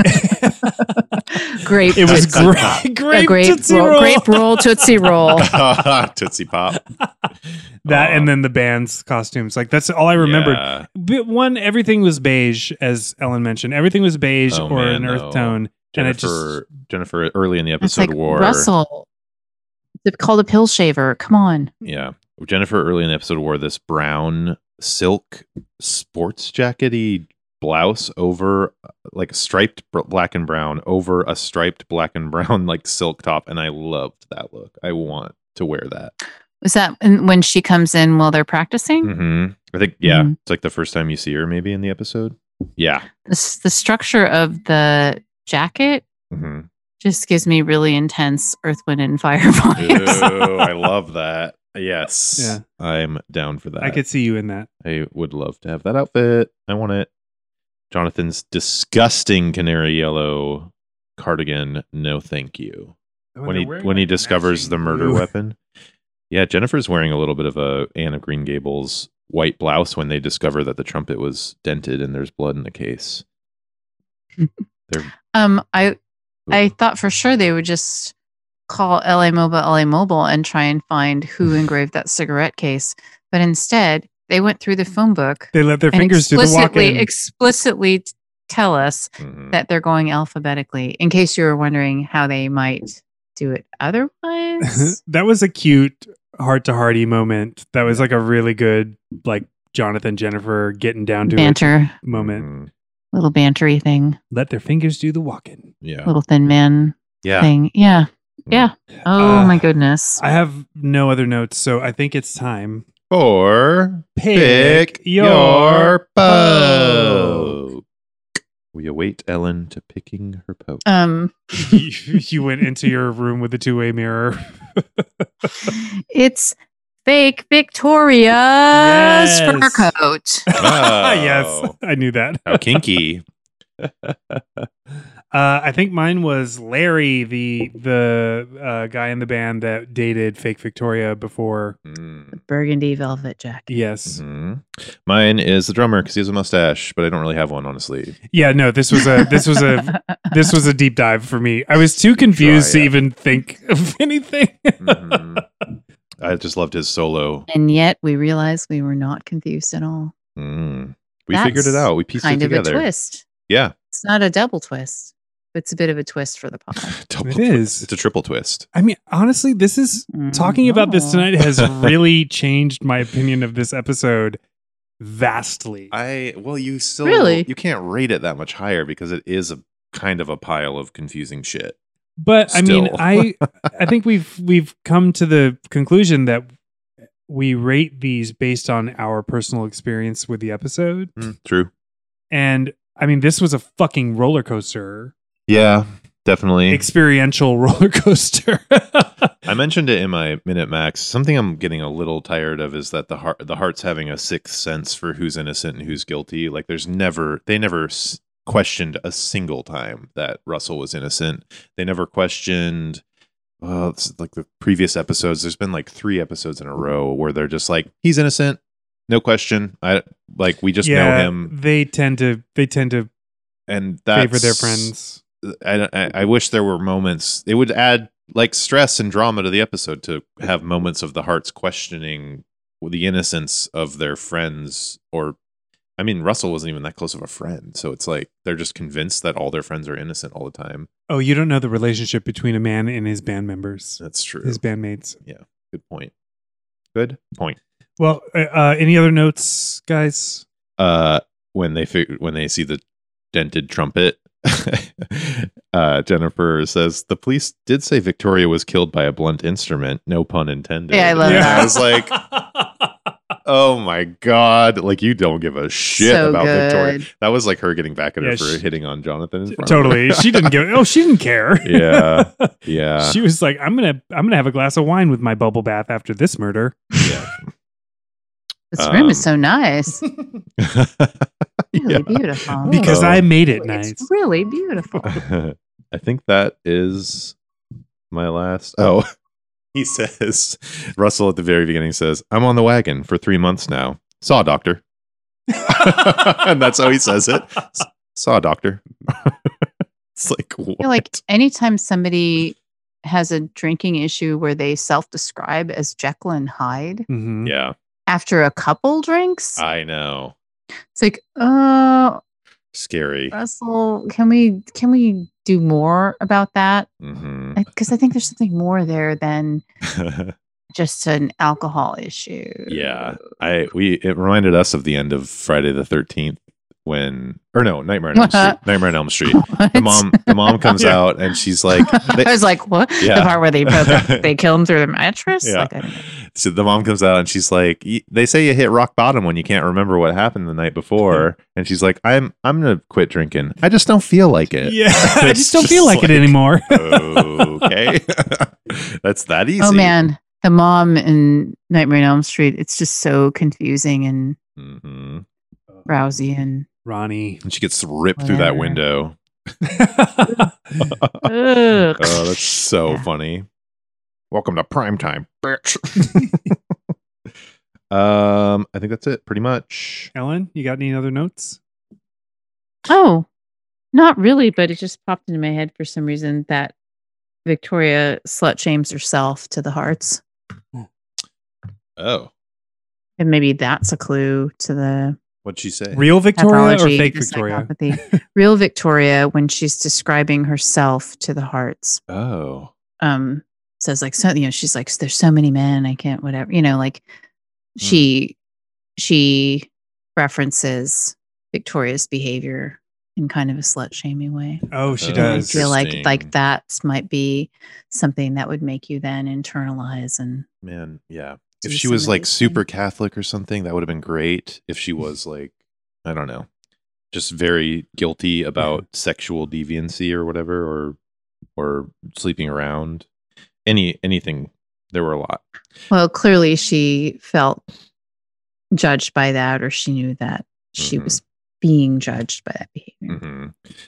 Grape
It was
Tootsie Pop.
grape grape,
a grape
tootsie
roll,
roll.
grape roll, tootsie roll.
Tootsie Pop.
that
Aw.
and then the band's costumes like that's all I remembered.
Yeah.
But one everything was beige as Ellen mentioned. Everything was beige
Oh,
or
man,
an earth
though.
tone. And it
Jennifer,
just-
Jennifer early in the
It's
episode
like
wore.
Russell. It's called a pill shaver. Come on.
Yeah. Jennifer early in the episode wore this brown silk sports jackety blouse over uh, like striped br- black and brown over a striped black and brown like silk top and I loved that look. I want to wear that.
Was that in- when she comes in while they're practicing?
Mm-hmm. Hmm.
Mhm. I think yeah,
Mhm.
it's like the first time you see her maybe in the episode. Yeah.
The, s- the structure of the jacket
Mhm.
just gives me really intense Earth, Wind, and Fire vibes.
Ooh, I love that. Yes.
Yeah.
I'm down for that.
I could see you in that.
I would love to have that outfit. I want it. Jonathan's disgusting canary yellow cardigan. No, thank you. When, he when he discovers the murder weapon. Yeah, Jennifer's wearing a little bit of a Anne of Green Gables white blouse when they discover that the trumpet was dented and there's blood in the case.
Um, I I thought for sure they would just call LA Mobile LA Mobile and try and find who engraved that cigarette case, but instead they went through the phone book
They let their
and
fingers do the
explicitly
walking.
explicitly t- tell us
Mm-hmm.
Mhm.
that they're going alphabetically in case you were wondering how they might do it
Mm-hmm.
otherwise
that was a cute heart to hearty moment. That was like a really good like Jonathan Jennifer getting down to
banter
it moment.
Mhm.
little bantery thing
Let their fingers do the walking.
Yeah.
little thin man
Yeah.
thing yeah yeah oh
Uh,
my goodness
I have no other notes, so I think it's time.
Or
Pick your poke.
poke. We await Ellen to picking her poke.
Uh,
um
you, you went into your room with a two way mirror.
it's fake victoria's
Yes.
fur coat
yes,
Oh.
I knew that.
How kinky.
Uh, I think mine was Larry, the the uh, guy in the band that dated fake Victoria before.
Mm,
burgundy velvet jacket
Yes.
mhm. Mine is the drummer because he has a mustache, but I don't really have one, honestly.
Yeah, no, this was a this was a this was a deep dive for me. I was too confused
Try
to
it.
even think of anything.
Mhm. I just loved his solo.
and yet we realized we were not confused at all
Mm. We
That's
figured it out. We pieced
kind
it
of
together.
a twist
Yeah,
it's not a double twist but it's a bit of a twist for the pod
Double
It
twi-
is.
It's a triple twist.
I mean, honestly, this is talking about this
Mhm.
tonight has really changed my opinion of this episode vastly.
I well, you still
Really?
you can't rate it that much higher because it is a kind of a pile of confusing shit.
But I mean,
Still.
I I think we've we've come to the conclusion that we rate these based on our personal experience with the episode.
Mm, true.
And I mean, this was a fucking roller coaster,
Yeah, definitely.
experiential roller coaster.
I mentioned it in my minute max. Something I'm getting a little tired of is that the heart, the heart's having a sixth sense for who's innocent and who's guilty. Like there's never they never s- questioned a single time that Russell was innocent. They never questioned uh, it's like the previous episodes. There's been like three episodes in a row where they're just like he's innocent, no question. I like we just know him,
They tend to they tend to
and that's
favor their friends.
I, I, I wish there were moments. It would add like stress and drama to the episode to have moments of the hearts questioning the innocence of their friends or I mean Russell wasn't even that close of a friend so it's like they're just convinced that all their friends are innocent all the time
Oh, you don't know the relationship between a man and his band members,
that's true
his bandmates.
good point good point
Well, uh, uh, any other notes, guys?
uh when they fig- when they see the dented trumpet uh Jennifer says the police did say Victoria was killed by a blunt instrument no pun intended
Yeah, I love
And
that.
I was like Oh my god! Like you don't give a shit
So
about
good.
Victoria. That was like her getting back at her
Yeah,
for
she-
hitting on Jonathan. In front of
totally.
her.
She didn't give. Oh, she didn't care.
Yeah. yeah.
she was like, "I'm gonna, I'm gonna have a glass of wine with my bubble bath after this murder."
yeah.
This room is
Um,
so nice. Really
Yeah. Uh,
beautiful.
Because I made it
Oh. it's
nice.
really beautiful.
I think that is my last. Oh, he says Russell at the very beginning says, "I'm on the wagon for three months now." Saw doctor, and that's how he says it. S- Saw doctor. it's like what?
feel like anytime somebody has a drinking issue where they self-describe as Jekyll and Hyde
Mhm.
yeah,
after a couple drinks,
I know.
it's like, oh,
Scary.
Uh, Russell, can we can we do more about that?
hmm
Because I think there's something more there than just an alcohol issue.
Yeah. I we it reminded us of the end of Friday the Thirteenth when or no Nightmare on Elm Street. Nightmare on Elm Street. The
What?
mom the mom comes
Yeah.
out and she's like they-
I was like, what?
Yeah.
The part where they both, they kill him through the mattress?
Yeah.
Like, I don't know.
So the mom comes out and she's like, "Y- "They say you hit rock bottom when you can't remember what happened the night before." And she's like, "I'm I'm gonna quit drinking. I just don't feel like it."
Yeah, I
It's
just don't
just
feel like, it
like-
anymore.
okay, that's that easy.
Oh man, the mom in Nightmare on Elm Street. It's just so confusing and
Mhm.
rousy and
Ronnie.
And she gets ripped through that
Whatever.
window.
ugh.
Oh, that's so
Yeah.
funny. Welcome to prime time, bitch. um, I think that's it, pretty much.
Ellen, you got any other notes?
Oh, not really, but it just popped into my head for some reason that Victoria slut shames herself to the hearts,
Oh,
and maybe that's a clue to the
what'd she say?
Real Victoria or
pathology
fake
and
Victoria?
psychopathy. Real Victoria, when she's describing herself to the hearts,
oh,
um says like so you know she's like there's so many men i can't whatever you know like
Mm.
she she references victoria's behavior in kind of a slut shaming way
Oh, she
Oh,
i
does.
feel like
Interesting.
like that might be something that would make you then internalize and
man, yeah.
do
if she
some
was
of
like
these
super
things.
Catholic or something, that would have been great. If she was like, I don't know, just very guilty about sexual deviancy or whatever, or or sleeping around, any anything. There were a lot.
well clearly she felt judged by that or she knew that she
Mhm.
was being judged by that behavior
hmm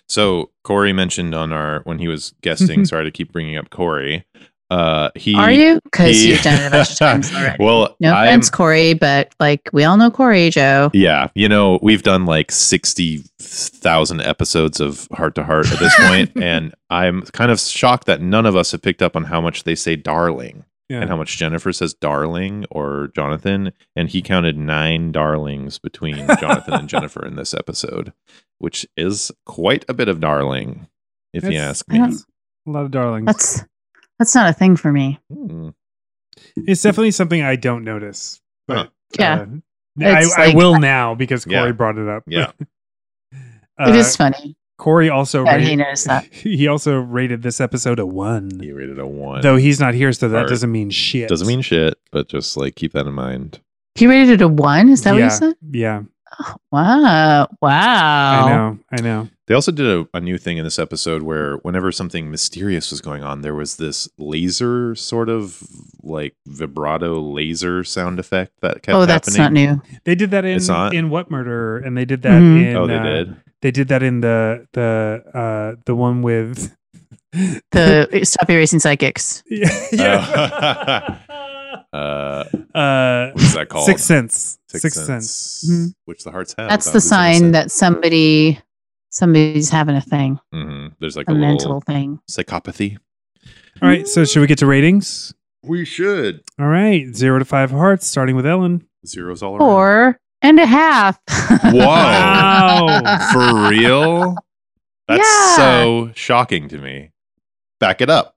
So Corey mentioned on our when he was guesting. sorry to keep bringing up Corey. Uh, he
Mm-hmm. are you because
he-
you've done it a bunch of times already
well,
No
I'm-
offense, Corey, but like we all know Corey, Joe.
Yeah, you know, we've done like 60,000 episodes of Heart to Heart at this point, and I'm kind of shocked that none of us have picked up on how much they say darling
Yeah.
and
Hmm.
how much Jennifer says darling or Jonathan, and he counted 9 darlings between Jonathan and Jennifer in this episode, which is quite a bit of darling if you
That's-
ask
I
me.
don't-
A lot of darlings.
That's that's not a thing for me.
Hmm.
It's definitely something I don't notice, but
Huh.
Yeah.
uh, I,
It's
I
like-
will now because Corey
Yeah.
brought it up.
Yeah.
uh,
it is funny
Corey also
that
rated-
he knows that.
he also rated this episode a one.
He rated a 1.
Though he's not here, so that
Heart.
doesn't mean shit.
Doesn't mean shit, but just like keep that in mind.
He rated it a one. Is that what
yeah,
you said?
Yeah,
Oh, wow! Wow!
I know, I know.
They also did a, a new thing in this episode where whenever something mysterious was going on, there was this laser sort of like vibrato laser sound effect that kept
Oh, that's not
happening.
new.
They did that in
It's not?
in what murder, and they did that
Mhm.
in
Oh, they
uh,
did.
They did that in the the uh the one with
The Stop Erasing Psychics.
yeah.
Uh,
uh,
what is that called?
Sixth Mm-hmm. Sense.
Sixth Sense,
Mhm.
which the hearts have.
That's the sign that somebody somebody's having a thing,
hmm There's like
a
a, little
mental thing.
psychopathy.
All right, so should we get to ratings?
We should.
All right, zero to five hearts, starting with Ellen.
Zeros all around.
Four and a half.
Wow.
Wow.
For real? That's
Yeah.
so shocking to me. Back it up.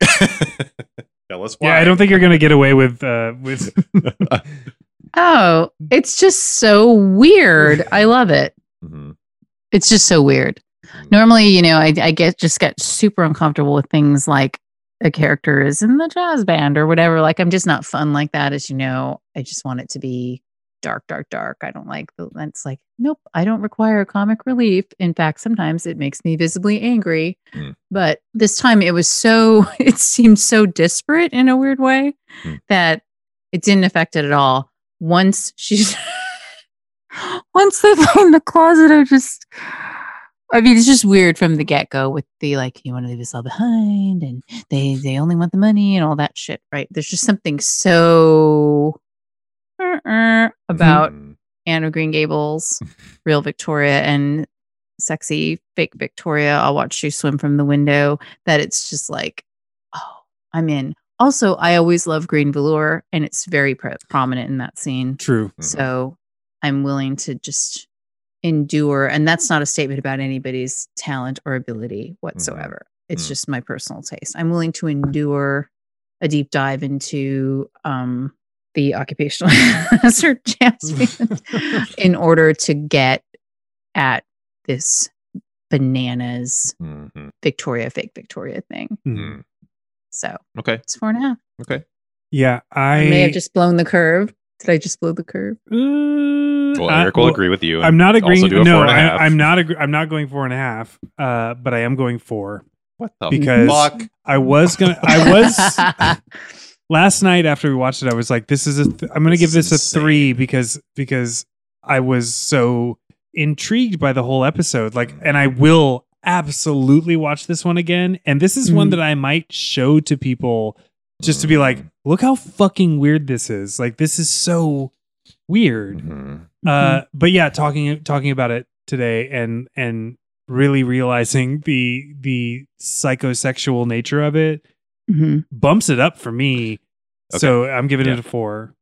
Tell us why.
Yeah, I don't think you're gonna get away with uh, with.
oh, it's just so weird. I love it.
Mhm.
It's just so weird. Normally, you know, I, I get just get super uncomfortable with things like a character is in the jazz band or whatever. Like I'm just not fun like that, as you know. I just want it to be dark, dark, dark. I don't like the that's like, nope, I don't require comic relief. In fact, sometimes it makes me visibly angry.
Mm.
But this time it was so it seemed so disparate in a weird way
Mm.
that it didn't affect it at all. Once she's once they find the closet, I just I mean, it's just weird from the get go with the like, you want to leave us all behind, and they they only want the money and all that shit, right? There's just something so uh-uh about
Mhm.
Anne of Green Gables, real Victoria, and sexy fake Victoria. I'll watch you swim from the window. That it's just like, oh, I'm in. Also, I always love green velour, and it's very pro- prominent in that scene.
True.
Mhm.
So I'm willing to just endure. And that's not a statement about anybody's talent or ability whatsoever. It's
Mm.
just my personal taste. I'm willing to endure a deep dive into um, the occupational hazard jazz band in order to get at this bananas
Hmm.
Mhm.
Victoria, fake Victoria thing.
Mhm.
So
Mm-hmm. Okay.
it's four and a half.
Okay.
Uh, Yeah, I,
I, may have just blown the curve. Did I just blow the curve?
Uh,
Well,
I-
Eric will
well,
agree with you.
I'm not
also
agreeing.
do a
no,
four and a half.
I, am not. Agree- I'm not going four and a half. Uh, but I am going four.
what the
because-
fuck?
I was gonna. I was last night after we watched it. I was like, "This is a. Th- I'm gonna
This
give
is
this a
insane.
three because because I was so intrigued by the whole episode.
Mm.
Like, and I will absolutely watch this one again. And this is one
Mm.
that I might show to people just to be like,
Mm.
"Look how fucking weird this is. Like, this is so weird."
Mhm.
Uh, but yeah, talking talking about it today and and really realizing the the psychosexual nature of it
Mhm.
bumps it up for me.
Okay.
So I'm giving
Yeah.
it a four.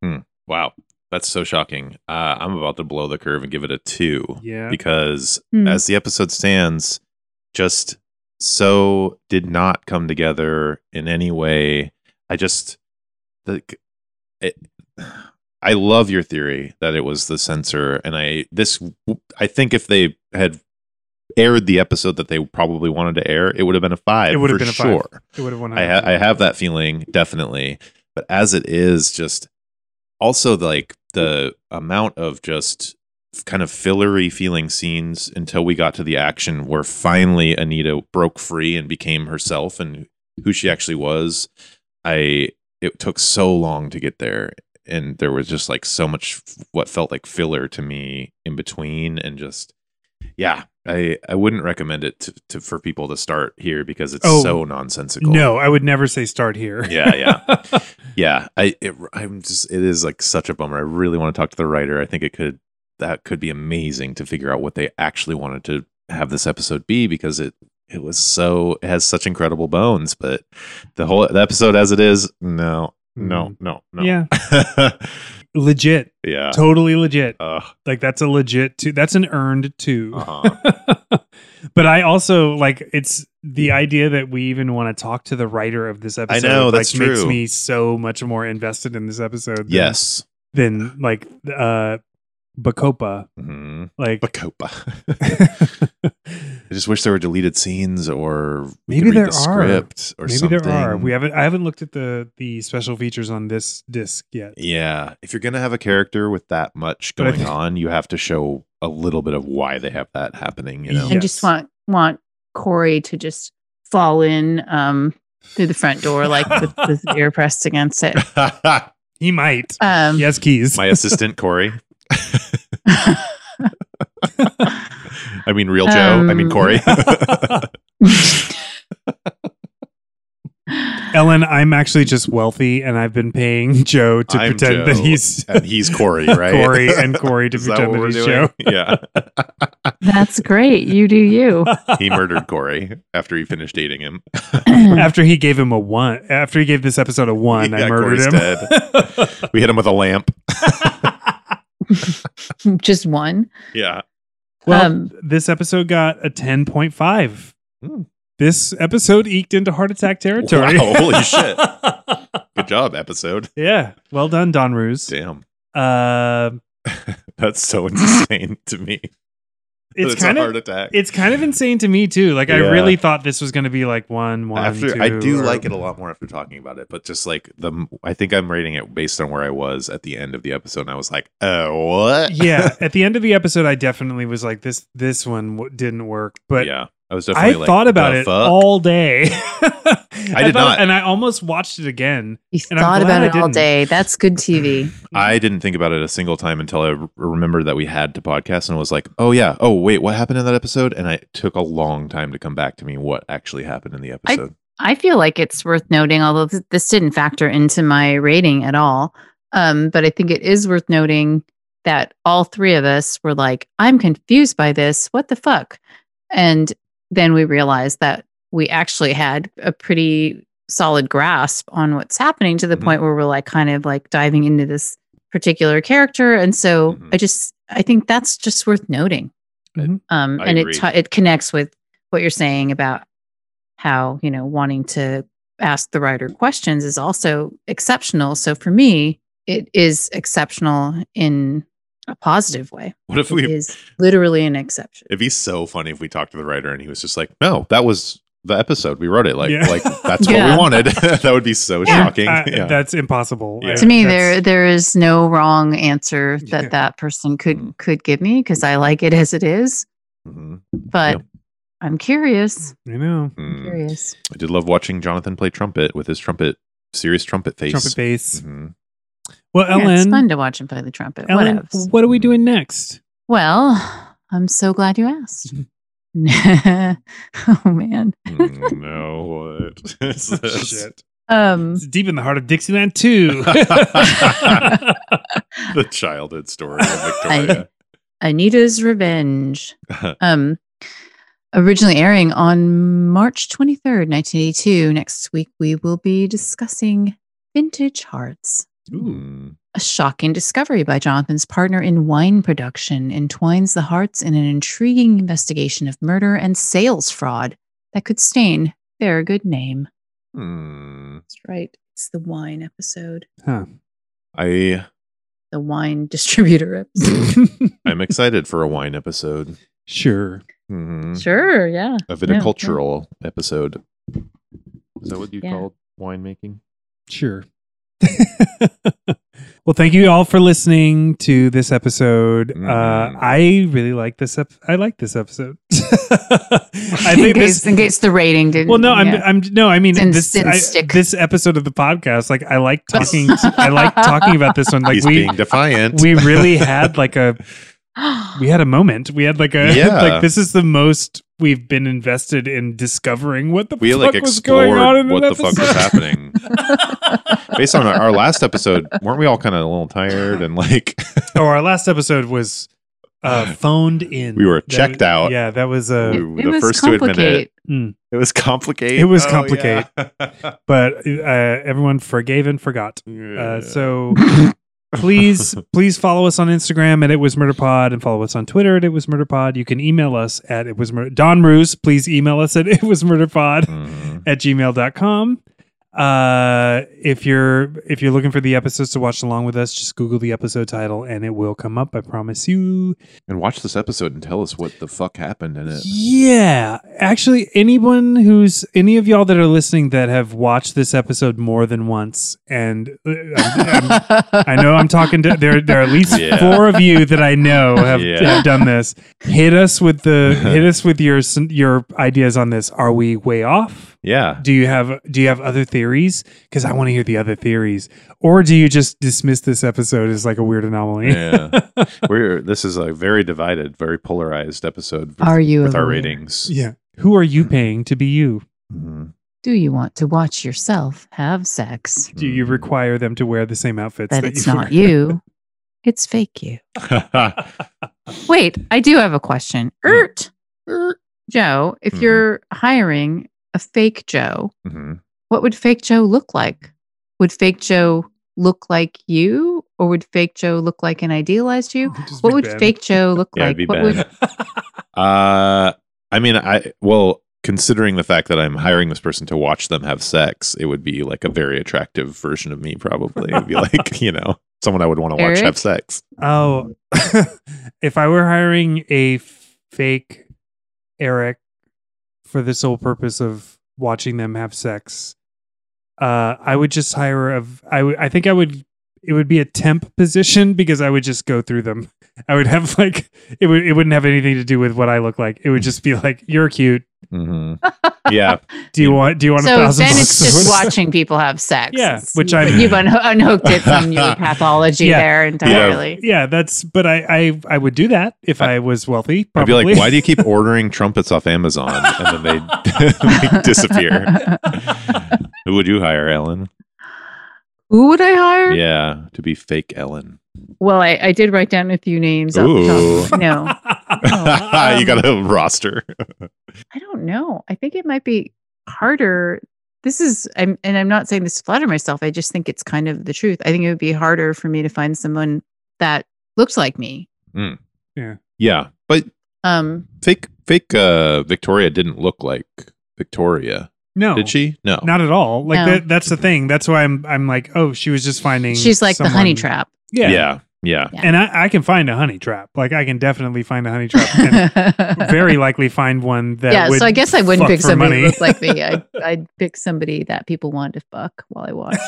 Wow. That's so shocking. Uh, I'm about to blow the curve and give it a two
Yeah.
because
Hmm.
Mm.
as the episode stands, just so did not come together in any way. I just the it, I love your theory that it was the censor, and I this I think if they had aired the episode that they probably wanted to air, it would have been a five.
It would have
for
been a five.
sure.
It would have won.
I, ha- I have that feeling definitely, but as it is, just also like the amount of just kind of fillery feeling scenes until we got to the action where finally Anita broke free and became herself and who she actually was. I it took so long to get there, and there was just like so much f- what felt like filler to me in between, and just yeah. I, I wouldn't recommend it to, to for people to start here because it's
Oh,
so nonsensical.
No, I would never say start here. Hmm.
Yeah, yeah. yeah i it, i'm just it is like such a bummer i really want to talk to the writer i think it could that could be amazing to figure out what they actually wanted to have this episode be because it it was so it has such incredible bones but the whole e, the episode as it is no no no no
Mm. Yeah.
yeah
legit,
yeah
totally legit.
Ugh.
Like that's a legit two. That's an earned 2
Uh. Uh-huh.
but I also like it's the idea that we even want to talk to the writer of this episode.
know, that's
like, Makes
true.
me so much more invested in this episode. Than,
yes
Than like uh, Bacopa.
hmm
Like
bacopa i just wish there were deleted scenes or we could
Maybe
read
there
the
are.
script or
maybe
something
there are. We haven't. I haven't looked at the the special features on this disc yet.
Yeah, if you're gonna have a character with that much
But I
going
think-
on, you have to show a little bit of why they have that happening. You know,
I just
Yes.
want want Corey to just fall in um, through the front door, like with his ear pressed against it.
He might.
Um,
yes, keys.
my assistant Corey. I mean, real Joe. I mean,
Um,
Corey.
Ellen, I'm actually just wealthy, and I've been paying Joe to
I'm
pretend
Joe,
that he's
and he's Corey, right?
Corey and Corey to
Is that
pretend
what
that
we're
he's
doing?
Joe.
Yeah.
That's great. You do you.
He murdered Corey after he finished dating him.
after he gave him a one, after he gave this episode a one,
Yeah,
I murdered
Corey's
him.
dead. We hit him with a lamp.
Just one.
Yeah.
Well,
Um,
this episode got a 10.5.
Hmm.
This episode eked into heart attack territory.
Wow, holy shit. Good job, episode.
yeah. Well done, Don Ruse.
Damn.
Uh,
That's so insane to me.
it's kind
a
of
heart attack.
it's kind of insane to me too. Like I
Yeah.
really thought this was going to be like one, one,
after I
two,
do
or-
like it a lot more after talking about it, but just like the I think I'm rating it based on where I was at the end of the episode, and I was like, uh, what?
yeah. At the end of the episode, I definitely was like this. This one w- didn't work, but
yeah, I was
I
definitely. like,
thought about
the
it
fuck?
all day. I,
did
thought-
not.
and I almost watched it again.
You
And I'm
thought
glad
about
I
it all
didn't.
day. That's good TV.
I didn't think about it a single time until I r- remembered that we had to podcast and was like, oh yeah, oh wait, what happened in that episode? And I it took a long time to come back to me what actually happened in the episode.
I feel like it's worth noting, although th- this didn't factor into my rating at all. Um, but I think it is worth noting that all three of us were like, I'm confused by this. What the fuck? And then we realized that we actually had a pretty solid grasp on what's happening to the
Mhm.
point where we're like kind of like diving into this particular character. And so
Mhm.
I just, I think that's just worth noting.
Mhm.
Um,
I
and
agree.
it, t- it connects with what you're saying about how you know wanting to ask the writer questions is also exceptional so for me it is exceptional in a positive way
What if
it
we?
is literally an exception
It'd be so funny if we talked to the writer and he was just like, no, that was the episode we wrote it like
Yeah.
like that's what
Yeah.
we wanted. that would be so
Yeah.
shocking.
Uh,
yeah.
That's impossible.
Yeah.
I-
to me
that's-
there there is no wrong answer that
Yeah.
that person could
Mm.
could give me because i like it as it is
Mhm.
but
Yeah.
i'm curious
I know.
I'm
Mm.
curious
I did love watching Jonathan play trumpet with his trumpet, serious trumpet face.
Trumpet bass.
Mhm.
Well,
Yeah, it's
Ellen,
fun to watch him play the trumpet
Ellen,
Whatevs.
what are we doing next?
well i'm so glad you asked oh man
Mm, no, what is this?
Oh, Shit.
um
It's deep in the heart of Dixieland too.
The childhood story of Victoria.
Anita's Revenge. um, originally airing on March 23rd, 1982. Next week, we will be discussing Vintage Hearts,
Mm.
a shocking discovery by Jonathan's partner in wine production, entwines the hearts in an intriguing investigation of murder and sales fraud that could stain their good name.
Mm.
That's right. It's the wine episode,
I
the wine distributor episode.
Mm-hmm. I'm excited for a wine episode.
sure.
Mhm.
sure. Yeah.
A
yeah.
viticultural episode. Is that what you
Yeah.
called winemaking?
Sure. well, thank you all for listening to this episode. Uh,
Mhm.
I really like this. Ep- I like this episode. I
in,
think
case,
this.
in case the rating didn't.
Well, no, I'm,
yeah.
I'm, no, I mean
Didn't-
this.
didn't
I-
stick.
this episode of the podcast, like I like talking. I like talking about this one. Like
He's
Uh, we,
being defiant.
we really had like a we had a moment. We had like a
Yeah.
like this is the most we've been invested in discovering what the
we
fuck
like
was
explored
going on in
what
an
the fuck was
episode.
happening. Based on our, our last episode, weren't we all kind of a little tired and like
oh, our last episode was uh phoned in.
We were
That
checked
was-
out.
Yeah, that was uh
Ooh, the first to admit it. it was complicated? Oh,
It was
complicated.
complicate. but uh, everyone forgave and forgot. Uh, so please please follow us on Instagram at it was murderpod and follow us on Twitter at it was murderpod. You can email us at it was murder Don Roos, please email us at it was murderpod.
Mhm.
at gmail.com uh if you're if you're looking for the episodes to watch along with us just google the episode title and it will come up i promise you
and watch this episode and tell us what the fuck happened in it.
yeah actually anyone who's any of y'all that are listening that have watched this episode more than once and uh, I'm- I'm- i know i'm talking to there there are at least
Yeah.
four of you that i know have,
Yeah.
have done this hit us with the hit us with your your ideas on this are we way off
Yeah.
do you have do you have other theories because i want to hear the other theories or do you just dismiss this episode as like a weird anomaly
Yeah. We're this is a very divided, very polarized episode with,
Are you
with
a
our
voyeur?
ratings.
yeah who are you paying to be you
Mhm.
Do you want to watch yourself have sex?
Mm.
do you require them to wear the same outfits
That
that
it's
you
not you. It's fake you.
Mm-hmm.
Wait, I do have a question.
Hmm.
Ert, er, Joe, if
Mhm.
you're hiring a fake Joe,
Mhm.
what would fake Joe look like? Would fake Joe look like you, or would fake Joe look like an idealized you?
Just
What
be
would
Ben.
fake Joe look
Yeah, it'd
like?
be
What
Ben.
would
Uh, I mean, I well, considering the fact that I'm hiring this person to watch them have sex, it would be like a very attractive version of me. Probably, it'd be like you know someone I would want to watch
Eric?
have sex.
Oh, if I were hiring a f- fake Eric for the sole purpose of watching them have sex, uh, I would just hire a. v- I would. I think I would. It would be a temp position because I would just go through them. I would have like it would. It wouldn't have anything to do with what I look like. It would just be like, "You're cute.
hmm Yeah,
Do you want? Do you want a
so
thousand
then
bucks?"
it's just watching people have sex.
Yeah,
It's-
which I'm-
you've un- unhooked it from your pathology
Yeah.
there entirely.
yeah, that's. But I, I, I would do that if I, was wealthy.
I'd
Probably.
be like, why do you keep ordering trumpets off Amazon and then they, they disappear? Who would you hire, Ellen?
Who would I hire?
Yeah, to be fake Ellen.
Well, I, I did write down a few names. off the top.
Ooh.
No,
Um,
Oh,
you got a roster.
I don't know. I think it might be harder. This is, I'm, and I'm not saying this to flatter myself. I just think it's kind of the truth. I think it would be harder for me to find someone that looks like me.
yeah, but
Um,
fake fake uh, Victoria didn't look like Victoria,
no,
did she? No,
Not at all. Like
No.
that, that's the thing. That's why I'm I'm like, oh, she was just finding.
she's like the honey
someone-
trap.
Yeah.
yeah, yeah.
And I, I can find a honey trap. Like I can definitely find a honey trap. And very likely find one that.
yeah,
would
so I guess I wouldn't
fuck
pick
for
somebody
money.
that looked like me. I'd, I'd pick somebody that people wanted to fuck while I watched.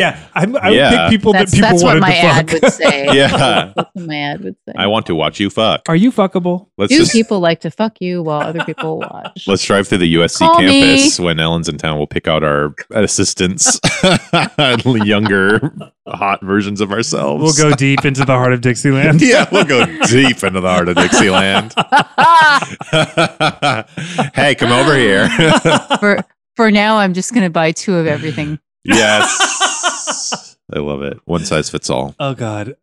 yeah, I, I
Uh, Yeah.
would pick people
That's,
that people
that's
wanted
what my
to fuck.
ad would say.
Yeah.
That's what my ad would say.
I want to watch you fuck.
Are you fuckable?
Let's
Do
just
people like to fuck you while other people watch?
let's drive through the USC
Call
campus when Ellen's in town. We'll pick out our assistants, younger, hot versions of ourselves.
We'll go deep into the heart of Dixieland.
yeah, we'll go deep into the heart of Dixieland. hey, come over here.
for for now, I'm just gonna buy two of everything.
yes. I love it. One size fits all.
Oh God.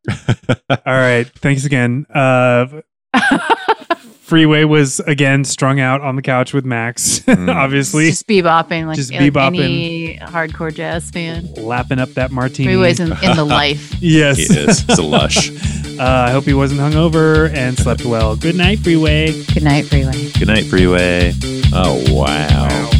all right. Thanks again. Uh, Freeway was again strung out on the couch with Max,
Mm.
obviously
just bebopping like,
Just
like
bebopping.
any hardcore jazz fan.
lapping up that martini.
Three ways in, in the life.
Yes.
It is. It's a lush.
Uh, I hope he wasn't hungover and slept well. Good night, Freeway.
Good night, Freeway.
Good night, Freeway. Oh, wow.